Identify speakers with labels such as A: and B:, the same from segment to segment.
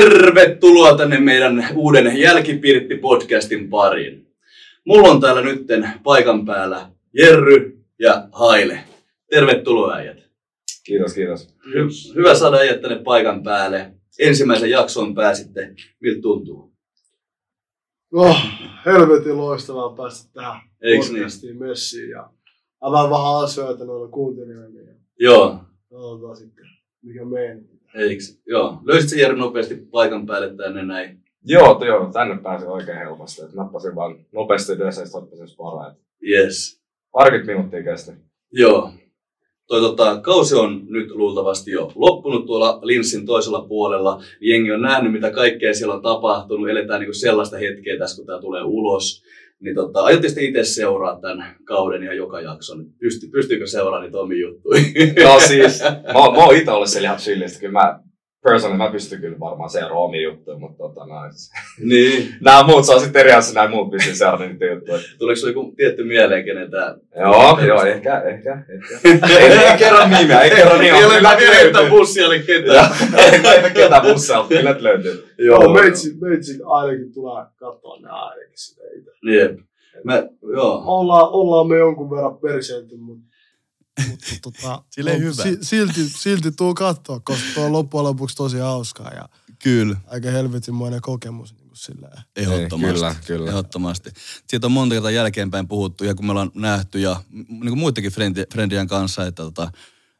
A: Tervetuloa tänne meidän uuden Jälkipirtti-podcastin pariin. Mulla on täällä nytten paikan päällä Jerry ja Haile. Tervetuloa äijät.
B: Kiitos, kiitos.
A: Hy- hyvä saada äijät tänne paikan päälle. Ensimmäisen jakson pääsitte. Miltä tuntuu?
C: No, helvetin loistavaa päästä tähän
A: Eiks niin?
C: podcastiin messiin ja avaa vähän asioita noilla kuuntelijoille ja
A: niin? Joo.
C: katsotaan sitten, mikä meidän.
A: Eiks? Joo. Löysit sä Jerry nopeasti paikan päälle tänne näin?
B: Joo, to- joo, tänne pääsin oikein helposti. Et nappasin vaan nopeasti ylös ja sitten ottaisin sparaa. Et
A: Yes.
B: Parikymmentä minuuttia kesti.
A: Joo. Toi, tota, kausi on nyt luultavasti jo loppunut tuolla linssin toisella puolella. Jengi on nähnyt, mitä kaikkea siellä on tapahtunut. Eletään niin sellaista hetkeä tässä, kun tämä tulee ulos. Niin tota, aiotte sitten itse seuraa tämän kauden ja joka jakson. Pysty, pystyykö seuraamaan niitä omia juttuja?
B: No siis, mä, oon- mä oon itse ollut siellä ihan chillistä. Kyllä mä, personally, mä pystyn kyllä varmaan seuraamaan omia juttuja, mutta tota, nää,
A: niin.
B: nää muut saa sitten eri asia, nää muut pystyy seuraamaan niitä juttuja.
A: Tuleeko sinulle joku tietty mieleen, kenen tämä...
B: Joo, joo, ehkä, ehkä, ehkä. ei, ei kerro nimeä, ei kerro nimeä.
A: Ei ole
B: Kyllä
A: vielä
B: löytyy.
A: yhtä bussia, eli
B: Joo,
A: ketään.
B: Ei laita ketään busseilta, kyllä nyt löytyy.
C: Joo, No, meitsi, meitsi ainakin tulee katsoa nämä ainakin sitä itse.
A: Jep. Mä, joo.
C: Ollaan, ollaan me jonkun verran perseilty, mutta mutta tota,
D: Sille
C: on-
D: hyvä.
C: si- silti, silti tuu katsoa, koska tuo on loppujen lopuksi tosi hauskaa ja
D: Kyllä,
C: aika helvetinmoinen kokemus. Niin kuin silleen.
D: ehdottomasti.
B: Ei, kyllä, kyllä.
D: Ehdottomasti. Siitä on monta kertaa jälkeenpäin puhuttu ja kun me ollaan nähty ja niin kuin muidenkin frendi, frendien kanssa, että, tota,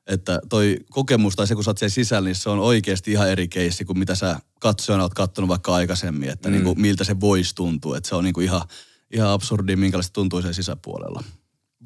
D: että toi kokemus tai se, kun sä oot siellä sisällä, niin se on oikeasti ihan eri keissi kuin mitä sä katsojana oot kattonut vaikka aikaisemmin, että mm. niin kuin, miltä se voisi tuntua. Että se on niin kuin ihan, ihan absurdi, minkälaista tuntuu sen sisäpuolella.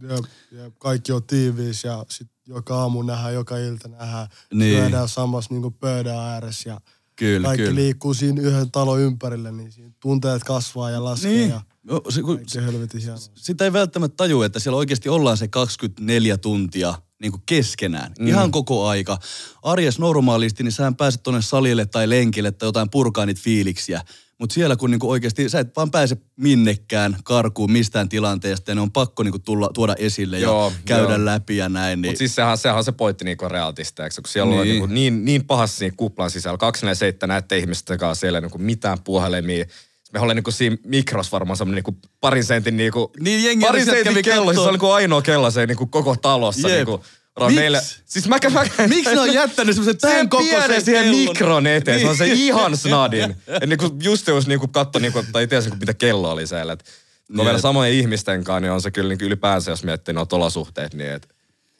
C: Jep, jep, kaikki on tiiviis ja sit joka aamu nähdään, joka ilta nähdään.
D: Niin.
C: Syödään samassa niin pöydän ääressä ja
D: Kyllä,
C: kaikki
D: kyllä.
C: liikkuu siinä yhden talon ympärillä, niin siinä tunteet kasvaa ja laskee niin.
D: niin.
C: ja
D: No, se, kun,
C: kaikki on helvetin hienoa.
D: sitä ei välttämättä tajua, että siellä oikeasti ollaan se 24 tuntia niin kuin keskenään. Mm. Ihan koko aika. Arjes normaalisti, niin sä pääset tuonne salille tai lenkille tai jotain purkaa niitä fiiliksiä. Mutta siellä kun niinku oikeasti, sä et vaan pääse minnekään karkuun mistään tilanteesta ja ne on pakko niinku tulla, tuoda esille ja
E: Joo,
D: joo, käydä
E: joo.
D: joo. läpi ja näin. Niin,
E: Mutta siis sehän, sehän on se pointti niinku realtista, eikö? kun siellä niin. on
D: Niin.
E: niinku niin, niin pahassa siinä kuplan sisällä. 247 näette ihmisten kanssa siellä niinku mitään puhelimia. Me ollaan niinku siinä mikros varmaan semmoinen niinku parin sentin niinku...
D: Niin, jengi
E: parin
D: oli sieltä
E: sentin
D: kävi
E: kello, siis
D: kattoo.
E: se oli kuin ainoa kello se niinku koko talossa.
D: Jep.
E: Niinku, ra-
D: Miks?
E: meillä, siis mä, mä,
D: Miksi ne on jättänyt
E: Sen
D: semmoisen tämän
E: pienen
D: kokoisen
E: siihen
D: kellon?
E: mikron eteen, se on se
D: Niin.
E: ihan snadin. Ja niinku just jos niinku katso, niinku, tai tiesi niinku, mitä kello oli siellä. Et, kun on vielä samojen ihmisten kanssa, niin on se kyllä niinku ylipäänsä, jos miettii noita olosuhteet, niin et,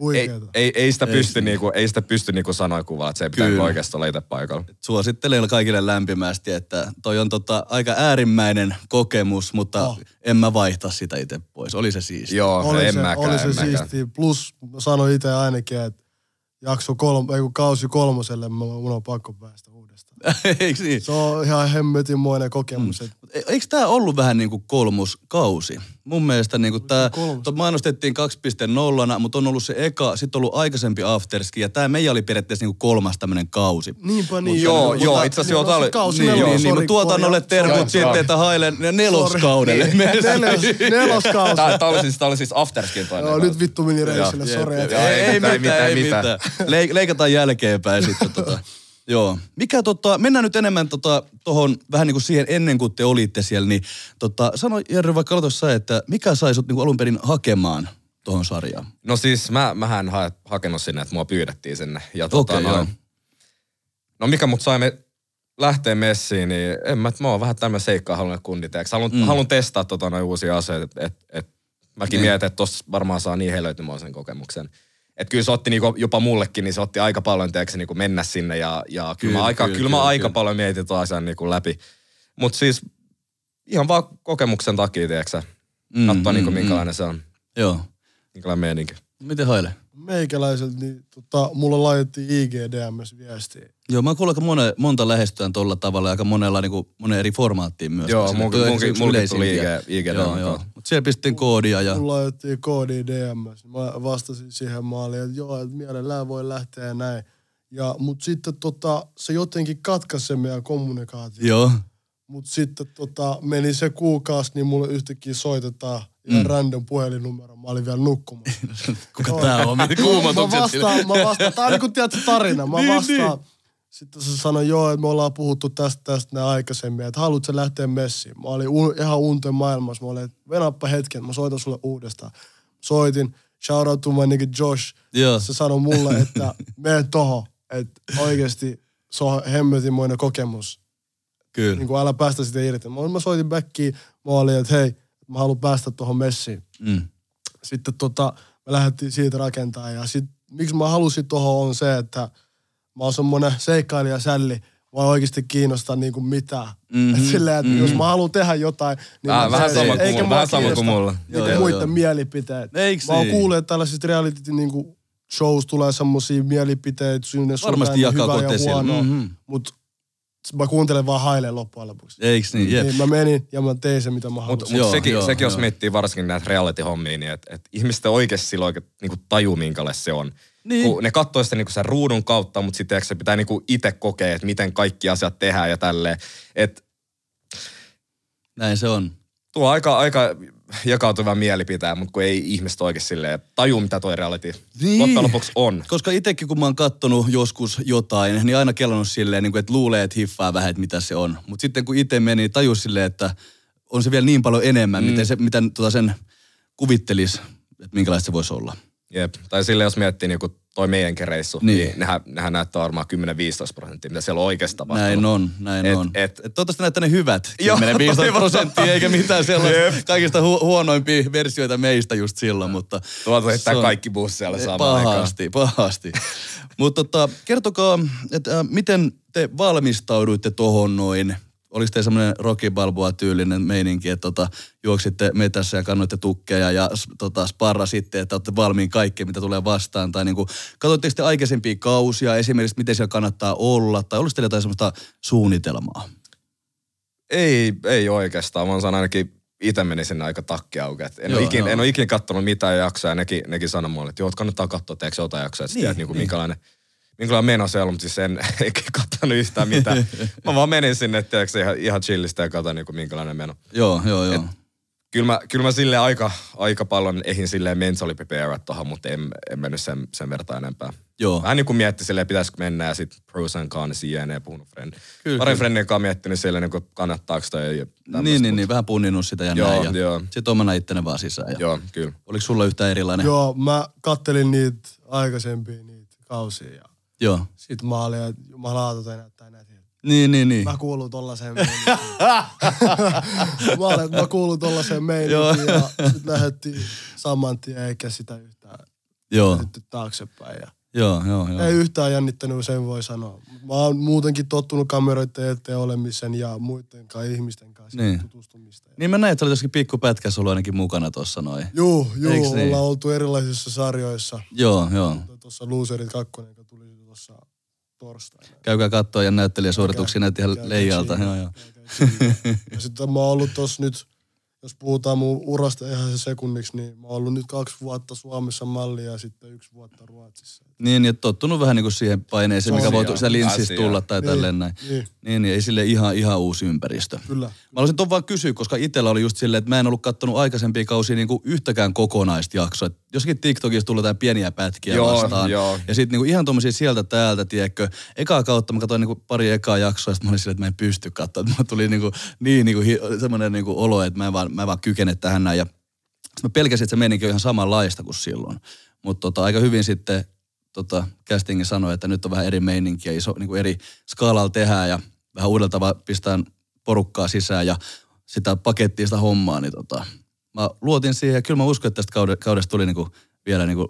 E: ei,
C: Huikeeta.
E: ei, ei, sitä pysty, niinku, ei sitä pysty niinku sanoa kuvaa, että se pitää niinku
D: Kyllä.
E: oikeasti olla itse paikalla.
D: suosittelen kaikille lämpimästi, että toi on tota aika äärimmäinen kokemus, mutta
C: Oh.
D: oh. en mä vaihta sitä itse pois. Oli se siistiä.
E: Joo,
C: Oli
E: en
C: se,
E: mäkään,
C: oli
E: en
C: se
E: mäkään.
C: siistiä. Plus mä sanoin itse ainakin, että jakso kolm, ei kun kausi kolmoselle, mä- mun on pakko päästä uudestaan.
D: Eikö niin?
C: Se on ihan hemmetinmoinen kokemus. Mm. Että
D: E- Eikö tämä ollut vähän niin kuin kolmoskausi? Mun mielestä niin kuin tämä,
C: kolmas?
D: mainostettiin 2.0, mutta on ollut se eka, sitten ollut aikaisempi afterski, ja tämä meidän oli periaatteessa niin kuin kolmas tämmöinen kausi.
C: niinpä
E: Mut
C: niin.
E: joo,
C: Mutta-
E: joo, itse asiassa joo, tää oli-
C: Kausi
D: Niin,
C: nelonen,
D: niin, niin,
C: sori,
D: mutta tuotannolle
C: korjaan.
D: terkut
C: Sori.
D: sitten, että hailen ne- neloskaudelle.
C: Niin. Nelos, neloskausi.
E: Tää, tää, oli siis, tää oli siis afterskin toinen.
C: Joo,
E: kaus.
C: nyt vittu meni reissille,
D: Jep,
C: sori.
D: jep,
C: että-
E: Joo,
D: Ei, ei mitään, ei mitään.
E: mitään.
D: Leik- leikataan jälkeenpäin sitten. Tota. Joo. Mikä tota, mennään nyt enemmän tota, tohon vähän niin kuin siihen ennen kuin te olitte siellä, niin tota, sano Jerry vaikka aloita sä, että mikä sai sut niin kuin alun perin hakemaan tohon sarjaan?
E: No siis mä, mähän en hae, hakenut sinne, että mua pyydettiin sinne. Ja tota,
D: Okei,
E: noin.
D: joo.
E: No mikä mut sai me lähteä messiin, niin en mä, mä oon vähän tämmöinen seikkaa halunnut kunnit. Haluan, mm. haluan testaa tota noin uusia asioita, että et, et,
D: Niin.
E: mäkin mietin, että tossa varmaan saa niin helöitymoisen kokemuksen. Että kyllä se otti niinku, jopa mullekin, niin se otti aika paljon tiedätkö, niinku mennä sinne ja, ja kyllä, kyllä,
D: Kyllä,
E: mä aika, kyllä,
D: kyllä,
E: kyllä, mä
D: kyllä,
E: aika
D: kyllä.
E: paljon mietin tuon asian niinku läpi. Mutta siis ihan vaan kokemuksen takia, tiedätkö, mm,
D: Mm,
E: katsoa mm, niinku,
D: mm,
E: minkälainen mm. se on,
D: Joo.
E: minkälainen meininki.
D: Miten haile?
C: meikäläiseltä, niin tota, mulla laitettiin IGDMS viestiä.
D: Joo, mä kuulen aika mone, monta lähestytään tolla tavalla ja aika monella niin kuin, monen eri formaattiin myös.
E: Joo,
D: Sille-
E: munkin-
D: toi-
E: munkin-
D: yksi
E: munkin
D: yleisimpiä.
E: tuli IG- IG
D: Joo,
E: mukaan.
D: joo. Mutta siellä pistettiin koodia ja...
C: Mulla laitettiin koodi DMS. Mä vastasin siihen maaliin, että joo, että mielellään voi lähteä ja näin. Ja, mut sitten tota, se jotenkin katkaisi sen meidän kommunikaatio.
D: Joo.
C: Mut sitten tota, meni se kuukausi, niin mulle yhtäkkiä soitetaan ihan random puhelinnumero. Mä olin vielä nukkumassa.
D: Mm. Kuka tää on? Miten
C: mä
D: kuumotukset Niin,
C: vastaan, mä vastaan. Tää on niinku tiedätkö tarina. Mä vastaan. Sitten se sanoi, joo, että me ollaan puhuttu tästä tästä näin aikaisemmin, että haluatko sä lähteä messiin? Mä olin un, ihan unten maailmassa, mä olin, että venappa hetken, mä soitan sulle uudestaan. Soitin, shout out to my nigga Josh.
D: Joo.
C: Se sanoi mulle, että mene toho, että oikeasti se on hemmetimoinen kokemus
D: Kyllä.
C: niin kuin älä päästä sitä irti. Mä, mä soitin backiin, mä olin, että hei, mä haluan päästä tuohon messiin.
D: Mm.
C: Sitten tota, me lähdettiin siitä rakentaa ja sit, miksi mä halusin tuohon on se, että mä oon semmonen seikkailija sälli, vaan oikeasti kiinnostaa niin kuin mitään.
D: Mhm,
C: Mm-hmm. Et silleen, että mm-hmm. jos mä haluan tehdä jotain, niin
E: Vähän-
C: mä
E: vähän
C: teen
E: sama kuin
C: sen.
E: mulla,
C: mua
E: vähän sama kuin
C: kiinnosta
E: mulla.
D: Joo,
C: Niinku
D: joo,
C: muiden
D: joo.
C: mielipiteet.
D: Eiks
C: mä oon
D: niin?
C: kuullut, että tällaisista reality niin shows tulee semmosia mielipiteitä, sinne sun
D: Varmasti
C: näin,
D: jakaa
C: hyvää niin ja
D: kotesia.
C: huonoa, mm-hmm.
D: Mhm.
C: mutta mä kuuntelen vaan haileen loppujen lopuksi.
D: Eiks niin? Jep.
C: Niin mä menin ja mä tein sen, mitä mä
E: Mutta
C: halusin.
E: mut
D: Joo,
E: sekin,
D: joo,
E: sekin jos
D: joo.
E: miettii varsinkin näitä reality-hommia, niin että et ihmiset ei oikeasti silloin oikein niinku taju, minkälaista se on.
D: Niin.
E: Niin. Kun ne katsoo sitä niinku sen ruudun kautta, mutta sitten se pitää niinku itse kokea, että miten kaikki asiat tehdään ja tälleen. Et
D: Näin se on.
E: tuo aika, aika jakautuva mielipiteen, mutta kun ei ihmiset oikein silleen taju, mitä toi reality
D: Niin.
E: niin. loppujen lopuksi on.
D: Koska itsekin kun mä oon kattonut joskus jotain, niin aina kelannut silleen, niin kuin, että luulee, että hiffaa vähän, että mitä se on. Mutta sitten kun itse meni, niin tajus silleen, että on se vielä niin paljon enemmän, mm. miten se, mitä tota sen kuvittelisi, että minkälaista se voisi olla.
E: Jep. Tai sille jos miettii niinku toi meidänkin reissu,
D: Niin.
E: niin, niin nehän, nehän näyttää varmaan 10-15 prosenttia, mitä siellä on oikeasti tapahtunut.
D: Näin on, näin
E: Et-
D: on.
E: et-
D: et toivottavasti näyttää ne hyvät
E: Joo,
D: 10-15
E: toivotaan.
D: prosenttia, eikä mitään sellaista
E: Jep.
D: kaikista hu- huonoimpia versioita meistä just silloin, mutta...
E: Tuolta heittää
D: se on-
E: Tuota,
D: e-
E: kaikki busseilla samaan aikaan.
D: Eh, Pahasti, pahasti. Mutta tota, kertokaa, että äh, miten te valmistauduitte tohon noin? Oliko teillä semmoinen Rocky Balboa-tyylinen meininki, että tota, juoksitte metässä ja kannoitte tukkeja ja s- tota, sparrasitte, että olette valmiin kaikkeen, mitä tulee vastaan? Tai niinku, katsoitteko te aikaisempia kausia, esimerkiksi miten siellä kannattaa olla? Tai oliko teillä jotain semmoista suunnitelmaa?
E: Ei, ei oikeastaan. Mä sanon ainakin itse meni sinne aika takki auki. Et En,
D: Joo,
E: ole ikin,
D: joo.
E: en ole ikin kattonut mitään jaksoja. Nekin, nekin sanoi mulle, että joo, että kannattaa katsoa, että eikö jotain jaksoja. Niin,
D: Niin,
E: tiedät, niin kuin
D: niin.
E: minkälainen, minkälainen meno se on, mutta siis en eikä kattonut yhtään mitään. Mä vaan menin sinne, tiedätkö, ihan, ihan chillistä ja katsoin, niin kuin minkälainen meno.
D: Joo, joo, joo.
E: Kyllä mä, kyllä mä silleen aika, aika paljon ehin silleen mentally prepared tohon, mutta en, en mennyt sen, sen vertaa enempää.
D: Joo.
E: Vähän niin kuin mietti silleen, pitäisikö mennä ja sitten pros and cons, jne. puhunut friend.
D: Kyllä,
E: Parin
D: kyllä.
E: friendin kanssa miettinyt silleen, niin kuin kannattaako toi ja tämmöistä,
D: Niin, niin,
E: mut-
D: niin, vähän punninnut sitä ja
E: Joo,
D: näin. Ja
E: joo.
D: sitten omana ittenä vaan sisään. Ja.
E: Joo, kyllä.
D: Oliko sulla yhtään erilainen?
C: Joo, mä kattelin niitä aikaisempia niitä kausia ja
D: joo.
C: sit mä olin, että jumalauta toi näyttää nätiltä.
D: Niin, niin, niin.
C: Mä kuulun tollaseen meininkiin. mä olin, että mä kuulun tollaseen meininkiin ja sit lähdettiin saman tien eikä sitä yhtään
D: Joo,
C: sitten taaksepäin. Ja
D: joo, joo, joo.
C: ei yhtään jännittänyt, sen voi sanoa. Mä oon muutenkin tottunut kameroiden eteen olemisen ja muidenkaan ihmisten kanssa
D: Niin.
C: niin. tutustumista. Ja
D: Niin mä näin, että olet jossakin pikku pätkässä ollut ainakin mukana tuossa noin.
C: Juu, juu,
D: Eiks
C: niin?
D: niin?
C: ollaan oltu erilaisissa sarjoissa.
D: Joo, joo.
C: Tuossa Loserit 2, joka tuli tuossa torstaina.
D: Käykää katsoa ja näyttelijäsuorituksia
C: Käy-
D: näitä ihan
C: käy-
D: leijalta.
C: käy-
D: Joo, joo.
C: käy- käy- Ja sitten mä oon ollut tossa nyt, jos puhutaan mun urasta ihan se sekunniksi, niin mä oon ollut nyt kaksi vuotta Suomessa malli ja sitten yksi vuotta Ruotsissa.
D: Niin, ja tottunut vähän niin kuin siihen paineeseen, mikä
C: Asia,
D: voi tu- sitä linssistä
E: asia.
D: tulla tai
C: Niin,
D: tälleen näin.
C: niin.
D: Niin, niin ei sille ihan, ihan uusi ympäristö.
C: Kyllä.
D: Mä haluaisin ton vaan kysyä, koska itsellä oli just silleen, että mä en ollut kattonut aikaisempia kausia niin kuin yhtäkään kokonaista jaksoa. Et Jossakin TikTokissa tulee jotain pieniä pätkiä
E: Joo,
D: vastaan.
E: joo.
D: Ja sitten niinku ihan tommosia sieltä täältä, tiedätkö. Ekaa kautta mä katsoin niinku pari ekaa jaksoa, ja sit mä olin silleen, että mä en pysty katsoa. Mä tuli niinku, niin niinku, hi- semmoinen niinku olo, että mä en vaan, mä en vaan kykene tähän näin. Ja sit mä pelkäsin, että se meininki on ihan samanlaista kuin silloin. Mutta tota, aika hyvin sitten tota, castingin sanoi, että nyt on vähän eri meininkiä, iso, niin kuin eri skaalalla tehdään ja vähän uudella tavalla pistää porukkaa sisään ja sitä pakettia sitä hommaa, niin tota, mä luotin siihen ja kyllä mä uskon, että tästä kaude- kaudesta tuli niin kuin vielä niin kuin,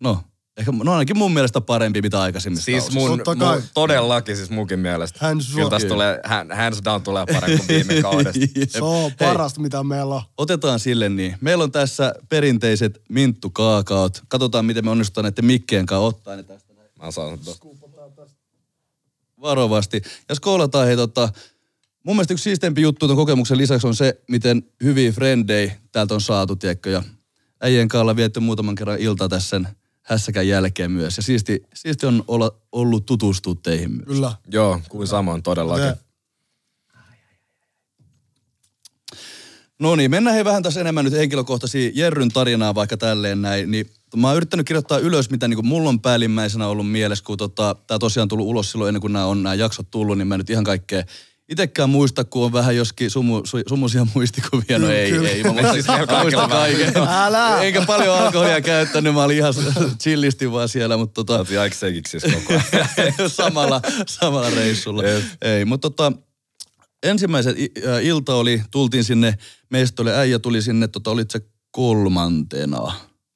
D: no, ehkä, no ainakin mun mielestä parempi mitä aikaisemmista
E: Siis
D: kausista.
E: mun,
C: Totta kai.
E: mun, todellakin siis munkin mielestä.
C: Hands
E: Kyllä
C: down.
E: tästä tulee, hän- hands down tulee parempi kuin viime kaudesta.
D: Jep.
C: Se on
D: Hei,
C: parasta, mitä meillä on.
D: Otetaan sille niin. Meillä on tässä perinteiset minttukaakaot. Katsotaan, miten me onnistutaan näiden mikkien kanssa ottaa ne tästä.
E: Mä saan tosta.
D: varovasti. Ja skoolataan hei tota, mun mielestä yksi siisteempi juttu ton kokemuksen lisäksi on se, miten hyviä frendejä täältä on saatu, tiedätkö, ja äijien kanssa ollaan vietty muutaman kerran ilta tässä sen hässäkän jälkeen myös. Ja siisti, siisti on olla, ollut tutustua teihin myös.
C: Kyllä.
E: Joo, kuin samoin todellakin.
C: Ja
E: Yeah.
D: No niin, mennään hei vähän tässä enemmän nyt henkilökohtaisiin Jerryn tarinaa vaikka tälleen näin, niin Mä oon yrittänyt kirjoittaa ylös, mitä niin mulla on päällimmäisenä ollut mielessä, kun tota, tämä tosiaan tullut ulos silloin ennen kuin nämä on nämä jaksot tullut, niin mä en nyt ihan kaikkea Itekään muista, kun on vähän joskin sumu, su, sumusia muistikuvia. No ei,
C: Kyllä.
D: ei. Mä muistan,
E: Siis melko
D: mä muistan
E: kaikilla
D: kaiken.
C: Älä!
D: Eikä paljon alkoholia käyttänyt. Mä olin ihan chillisti vaan siellä, mutta tota,
E: Olet aikseikiksi siis koko ajan.
D: samalla, samalla reissulla. Ei, mutta tota, ensimmäiset i- ä, ilta oli, tultiin sinne mestolle, äijä tuli sinne, tota, olit se kolmantena.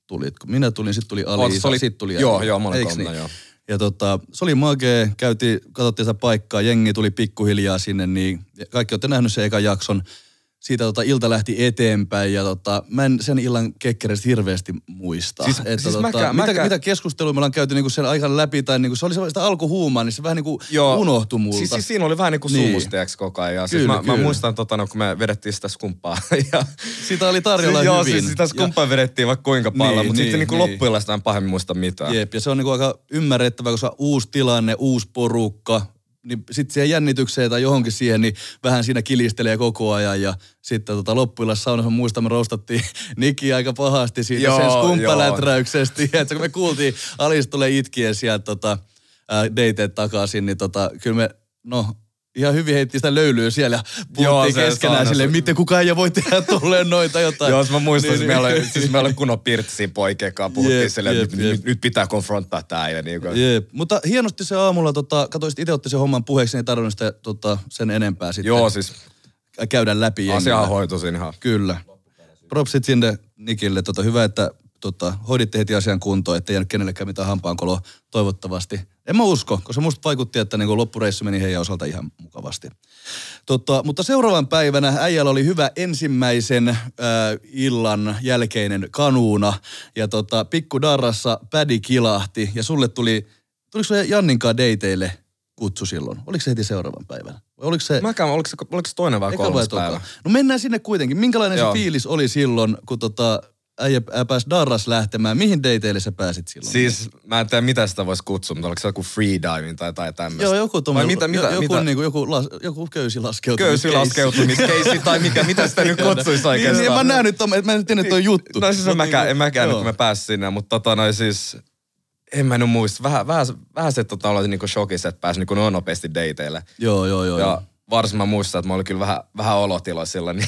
D: Tulitko? Minä tulin, sitten tuli Ali,
E: Oot,
D: Isä,
E: sä olit-
D: sit tuli
E: joo,
D: äijä.
E: joo, mä olin
D: Eiks niin?
E: kolmantena, joo.
D: Ja tota, se oli magee, käytiin, katsottiin sitä paikkaa, jengi tuli pikkuhiljaa sinne, niin kaikki olette nähnyt sen ekan jakson. Siitä tota, ilta lähti eteenpäin ja tota, mä en sen illan kekkereistä hirveästi muista. tota,
E: Siis- siis mäkään-
D: mitä,
E: mäkään-
D: mitä keskustelua me ollaan käyty niinku sen aikana läpi, tai niinku, se oli sellaista alkuhuumaa, niin se vähän niinku unohtui multa.
E: Siis, siis siinä oli vähän niin kuin niin.
D: Niin.
E: sumusteeksi koko ajan. Ja siis
D: Kyllä,
E: mä, mä
D: kyllä.
E: muistan, tota, no, kun me vedettiin sitä skumppaa. Ja,
D: Sitä oli tarjolla
E: joo,
D: hyvin.
E: siis sitä skumppaa vedettiin vaikka kuinka paljon, niin,
D: Niin,
E: mutta niin, sitten
D: niin,
E: niin kuin
D: niin.
E: loppujen sitä en pahemmin muista mitään.
D: Jep, ja se on niinku aika ymmärrettävää, koska uusi tilanne, uusi porukka, niin sitten siihen jännitykseen tai johonkin siihen, niin vähän siinä kilistelee koko ajan. Ja sitten tota, loppuillassa saunassa muista me roustattiin Niki aika pahasti siitä
E: Joo,
D: joo, sen
E: joo.
D: skumppaläträyksestä. Että kun me kuultiin Alis tulee itkien sieltä tota, ää, deiteet takaisin, niin tota, kyllä me, no ihan hyvin heitti sitä löylyä siellä. ja
E: Joo,
D: Puhuttiin
E: se
D: keskenään
E: saunassa-
D: silleen, miten kukaan ei voi tehdä tolleen noita jotain.
E: Joo, jos mä muistan, niin,
D: Niin,
E: meillä
D: niin.
E: oli, siis meillä oli kunnon pirtsiä poikien kanssa. Puhuttiin
D: Jep,
E: silleen,
D: jep,
E: että nyt,
D: jep.
E: nyt, nyt pitää konfronttaa tää. Ja niin kuin,
D: Jep. Mutta hienosti se aamulla, tota, katsoin, itse otti sen homman puheeksi, niin ei tarvinnut sitä tota, sen enempää sitten
E: Joo, siis
D: käydä läpi. jengillä.
E: asiahan hoitu siinä ihan.
D: Kyllä. Propsit sinne Nikille. Tota, hyvä, että tota, hoiditte heti asian kuntoon, ettei jäänyt kenellekään mitään hampaankoloa toivottavasti. En mä usko, koska musta vaikutti, että niin loppureissu meni heidän osalta ihan mukavasti. Tota, mutta seuraavan päivänä äijällä oli hyvä ensimmäisen äh, illan jälkeinen kanuuna. Ja tota, pikku darrassa pädi kilahti ja sulle tuli, tuliko sulle Janninkaan deiteille kutsu silloin? Oliko se heti seuraavan päivänä? Vai oliko se...
E: Mäkään, oliko se, oliko se toinen vai
D: Eka
E: kolmas
D: vai toka?
E: päivä?
D: No mennään sinne kuitenkin. Minkälainen
E: Joo.
D: se fiilis oli silloin, kun tota, äijä ää, pääsi Darras lähtemään? Mihin dateille sä pääsit silloin?
E: Siis mä en tiedä, mitä sitä voisi kutsua, mutta oliko se joku freediving tai, tai tämmöistä.
D: Joo, joku
E: Vai
D: tommoinen,
E: mitä, mitä,
D: joku,
E: mitä?
D: Niinku, joku, las, joku köysi laskeutunut.
E: köysilaskeutumiskeissi tai mikä, mitä sitä nyt kutsuisi
D: Niin,
E: oikeastaan.
D: niin, mä näen nyt, tommo- että mä en tiedä, että on juttu.
E: No siis en
D: Mut
E: mäkään, en
D: niinku,
E: mäkään
D: joo.
E: kun mä pääsin sinne, mutta tota noin siis, en mä nyt muista. Vähän, vähän, vähän se tota, oli niinku shokissa, että pääsi niinku noin nopeasti dateille.
D: Joo, joo, joo.
E: Ja
D: joo.
E: varsin mä muistan, että mä olin kyllä vähän, vähän olotilo sillä, niin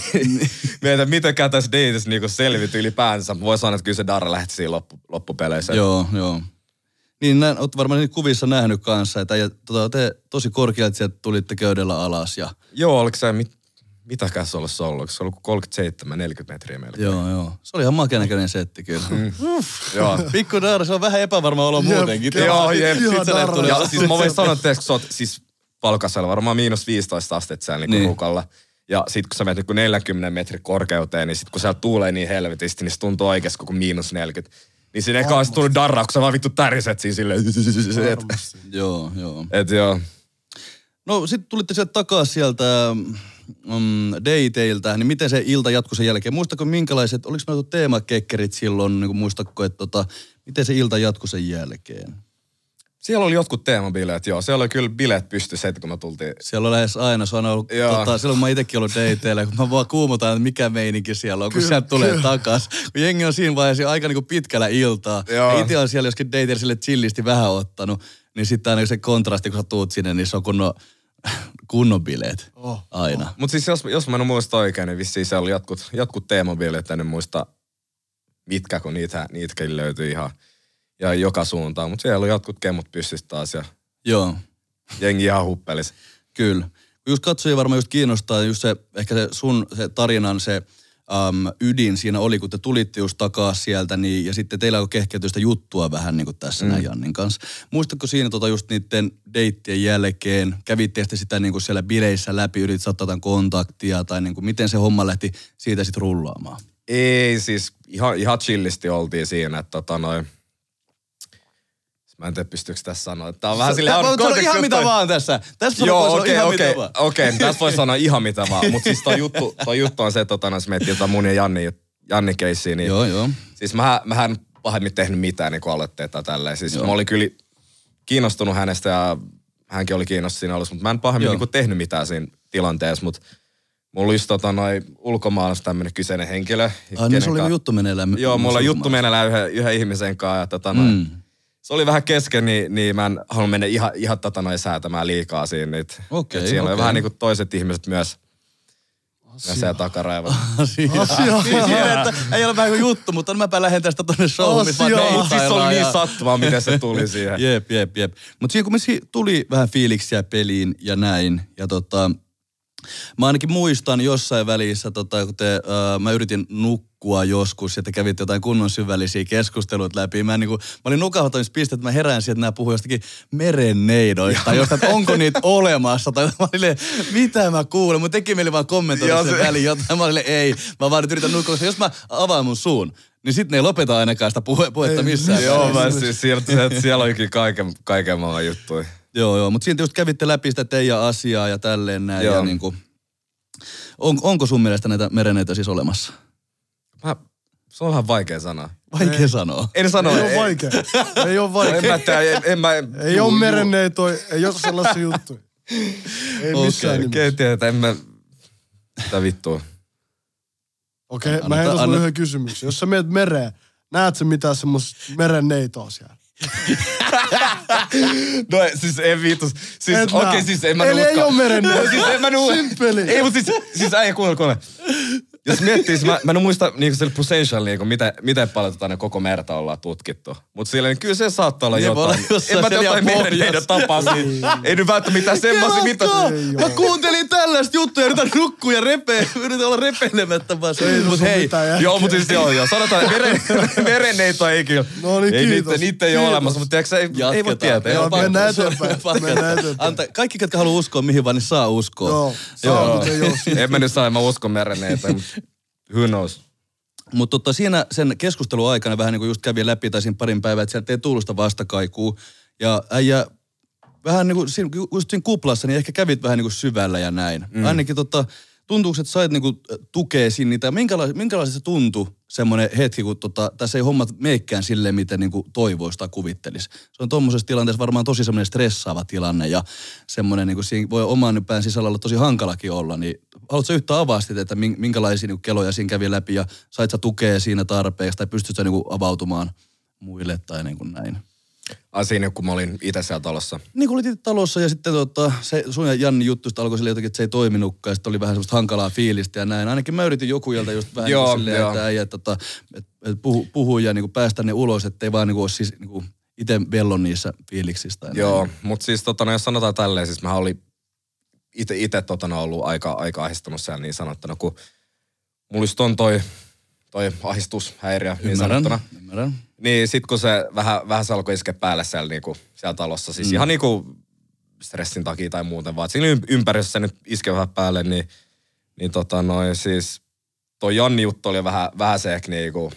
E: mietin, että mitenkään tässä dateissa niinku selvity ylipäänsä. Voi sanoa, että kyllä se Darra lähti siinä loppu, loppupeleissä.
D: Joo, joo. Niin näin, oot varmaan niitä kuvissa nähnyt kanssa, että äijä, tota, te tosi korkeat sieltä tulitte köydellä alas ja
E: Joo, oliko se, mit, mitäkään se olisi ollut? Oliko se ollut 37-40 metriä melkein?
D: joo, joo. Se oli ihan makeanäköinen setti kyllä.
E: Mm. Joo.
D: Pikku Daara, se on vähän epävarma olo muutenkin.
E: Joo, jep.
C: Ihan
E: Sit sä
C: darra.
E: näet tulee- Ja siis mä voin sanoa, että kun sä oot siis palkasella varmaan miinus 15 astetta siellä niinku
D: Niin.
E: ruukalla. Ja sit kun sä menet niinku 40 metrin korkeuteen, niin sit kun siellä tuulee niin helvetisti, niin se tuntuu oikeasti kuin miinus 40. Niin siinä eka olisi tullut darra, kun sä vaan vittu täriset siinä silleen. Et,
C: Varmasti.
D: Joo, joo.
E: et joo.
D: No sitten tulitte sieltä takaa sieltä mm, dateiltä, niin miten se ilta jatkui sen jälkeen? Muistako minkälaiset, oliko meillä ollut teemakekkerit silloin, niin kuin muistatko, että tota, miten se ilta jatkui sen jälkeen?
E: Siellä oli jotkut teemabileet, joo. Siellä oli kyllä bileet pystyssä heti, kun me tultiin.
D: Siellä on lähes aina, se on aina ollut,
E: Joo.
D: tota, silloin kun mä itsekin ollut dateilla, kun mä vaan kuumotan, että mikä meininki siellä on, kun sieltä tulee takas. Kun jengi on siinä vaiheessa aika niinku pitkällä iltaa,
E: Joo.
D: ja itse on siellä joskin dateilla sille chillisti vähän ottanut, niin sitten aina se kontrasti, kun sä tuut sinne, niin se on kunnon, kunnon bileet
C: Oh,
D: aina.
E: Mutta siis jos, jos mä en muista oikein, niin vissiin siellä oli jotkut, jotkut teemabileet, en muista mitkä, kun niitä, niitäkin löytyi ihan, ja joka suuntaan. Mutta siellä oli jotkut kemmut pystyssä taas ja
D: Joo.
E: jengi ihan huppelis.
D: Kyllä. Kun Just katsojia varmaan just kiinnostaa, niin just se, ehkä se sun se tarinan se äm, ydin siinä oli, kun te tulitte just takaa sieltä, niin, ja sitten teillä on kehkeytyy sitä juttua vähän niin kuin tässä mm. näin Jannin kanssa. Muistatko siinä tota just niiden deittien jälkeen, kävitte sitten sitä niin kuin siellä bileissä läpi, yritit saattaa jotain kontaktia, tai niin kuin, miten se homma lähti siitä sitten rullaamaan?
E: Ei siis, ihan, ihan chillisti oltiin siinä, että tota noin, siis Mä en tiedä, pystyykö tässä sanoa. Tää on vähän silleen...
D: Tää- mä voin sanoa
E: konteksti-
D: ihan mitä vaan tässä. Tässä
E: Joo,
D: voisi
E: okei,
D: olla ihan
E: okei,
D: mitä vaan.
E: okei. Tässä voi sanoa ihan mitä vaan. Mutta siis toi juttu, toi juttu on se, että tota, jos miettii jotain mun ja Janni, Janni keissiä, niin
D: Joo, joo.
E: Siis mä, mä en pahemmin tehnyt mitään niin aloitteita tai tälleen. Siis Joo. mä olin kyllä kiinnostunut hänestä ja hänkin oli kiinnostunut siinä alussa, mutta mä en pahemmin
D: Joo.
E: niin tehnyt mitään siinä tilanteessa, mutta Mulla oli just tota, noi, ulkomaalaisessa tämmöinen kyseinen henkilö.
D: Ai niin,
E: kenen
D: sulla oli
E: kanssa-
D: juttu meneillään.
E: Joo, mulla on juttu
D: meneillään.
E: meneillään yhden, yhden ihmisen kanssa. Ja, tota, noin,
D: Mm.
E: Se oli vähän kesken, niin, niin mä en halunnut mennä ihan, ihan tota, noin, säätämään liikaa siinä. Nyt.
D: Okei,
E: Et Siellä oli
D: okei.
E: vähän niin kuin toiset ihmiset myös, myös siellä takaraivalla.
D: Asia.
C: Asia.
D: Siis silleen, että ei ole vähän kuin juttu, mutta nypä lähden tästä tonne showhun, missä
C: Asia.
D: vaan
E: Ei, siis se oli
D: deittaillaan
E: niin
D: ja-
E: sattumaa, miten se tuli siihen.
D: Jep, jep, jep. Mutta siinä kumminkin tuli vähän fiiliksiä peliin ja näin. Ja tota, mä ainakin muistan jossain välissä, tota, kun te, ää, mä yritin nukkua joskus, ja te kävitte jotain kunnon syvällisiä keskusteluita läpi. Mä, en niinku, mä olin nukahtamispiste, että mä herään sieltä, että nämä puhuu jostakin merenneidoista, tai jostain, että onko niitä olemassa, tai mä olin, silleen, mitä mä kuulen. Mun teki mieli vaan kommentoida
E: Joo,
D: sen
E: se-
D: väliin jotain. Mä olin, ei, mä vaan nyt yritän nukkua, koska jos mä avaan mun suun, niin sitten ne ei lopeta ainakaan sitä puhe- puhetta
C: Ei
D: missään.
E: Joo,
D: välissä.
E: mä siis sieltä, että siellä olikin kaiken, kaiken maailman juttuja.
D: Joo, joo, mutta siinä just kävitte läpi sitä teidän asiaa ja tälleen näin.
E: Joo.
D: Ja niin kuin, on, onko sun mielestä näitä mereneitä siis olemassa?
E: Mä, se on vähän vaikea sana.
D: Vaikea ei. sanoa.
E: En sano.
C: Ei ole vaikea. Ei ole
E: En
C: vaikea.
E: mä, tää, en, en mä,
C: Ei ole merenneitoja, ei ole sellaisia juttuja. Ei missään
E: Okei,
C: okay,
E: okay,
C: nimessä.
E: tietää, en mä... Mitä vittua?
C: Okei, okay, mä
D: Anneta-
C: heitän sulle
D: anna-
C: yhden kysymyksen. Jos sä meet mereen, näet sä mitään semmoista merenneitoa siellä?
E: No siis en viitus. Siis
C: Et
E: okei,
C: näe.
E: siis en mä
C: Eli ei
E: nuukaan.
C: ole merenneitoa.
E: No, siis en mä nuukaan.
C: Simppeli.
E: Ei, mutta siis, siis äijä kuunnella kuule. Jos miettii, siis mä, mä en muista niinku sillä potential, niinku, miten, miten paljon tota, ne koko merta ollaan tutkittu. Mutta sillä niin kyllä se saattaa olla
D: Ne voi
E: jotain.
D: olla jossain
E: En mä
D: siellä
E: tiedä jotain
D: pohjassa.
E: merenneiden tapaa. siinä. Ei nyt välttämättä mitään semmoisia. Mitä...
D: Mä kuuntelin tällaista juttua ja yritän nukkua ja repeä, yritän olla repeilemättä vaan se. Mut
C: sun
D: hei,
C: mitään jää.
E: Joo, mutta siis joo, joo. Sanotaan, että meren, merenneitoa ei kyllä.
C: No niin,
E: ei,
C: kiitos.
E: Niitä, niitä ei ole
C: Kiitos.
E: olemassa, mutta tiedätkö, ei, ei voi
D: jatketaan.
E: tietää.
C: Joo,
D: Pakko-
C: mennään
D: sorry,
C: eteenpäin.
D: pakko-
C: Mennään eteenpäin.
D: Anta, kaikki, ketkä haluaa uskoa mihin vaan, niin saa uskoa.
C: Joo, saa, mutta ei ole.
E: en mä nyt sano, mä uskon merenneitoa, mutta who knows.
D: Mutta tota, siinä sen keskustelun aikana vähän niin kuin just kävi läpi tai siinä parin päivää, että sieltä ei tullut sitä vastakaikua. Ja äijä, vähän niin kuin siinä, ju- just siinä kuplassa, niin ehkä kävit vähän niin kuin syvällä ja näin. Mm. Ainakin tota, tuntuuko, että sait niin kuin tukea siinä niitä? Minkäla- minkälaista se tuntui semmoinen hetki, kun tota, tässä ei hommat meikään silleen, miten niin kuin toivoisi tai kuvittelisi. Se on tuommoisessa tilanteessa varmaan tosi semmoinen stressaava tilanne ja semmoinen, niin kuin siinä voi oman pään sisällä olla tosi hankalakin olla. Niin haluatko yhtä avaa sitä, että min- minkälaisia niin kuin keloja siinä kävi läpi ja sait sä tukea siinä tarpeeksi tai pystytkö sä niin kuin avautumaan muille tai niin kuin näin?
E: Ai siinä, kun mä olin itse siellä talossa.
D: Niin kun olit itse talossa ja sitten tota, se, sun ja Janni juttu sit alkoi sille jotenkin, että se ei toiminutkaan ja sitten oli vähän semmoista hankalaa fiilistä ja näin. Ainakin mä yritin joku jolta just vähän joo,
E: Joo,
D: silleen,
E: joo.
D: että äijä tota, et, et puhu, puhu, ja niin päästä ne ulos, ettei vaan niin ole siis niin itse vellon niissä fiiliksistä. ja näin.
E: Joo, mutta siis tota, no, jos sanotaan tälleen, siis mä olin itse ite, tota, no, ollut aika, aika ahdistunut siellä niin sanottuna, kun mulla just on toi, toi ahdistushäiriö niin
D: Ymmärrän,
E: sanottuna.
D: ymmärrän.
E: Niin sit kun se vähän, vähän se alkoi iskeä päälle siellä, niinku, siellä talossa, siis
D: Mm.
E: mm. ihan niinku stressin takia tai muuten vaan, et siinä ym- ympäristössä nyt iskee vähän päälle, niin, niin tota noin siis toi Janni juttu oli vähän, vähän se ehkä niinku,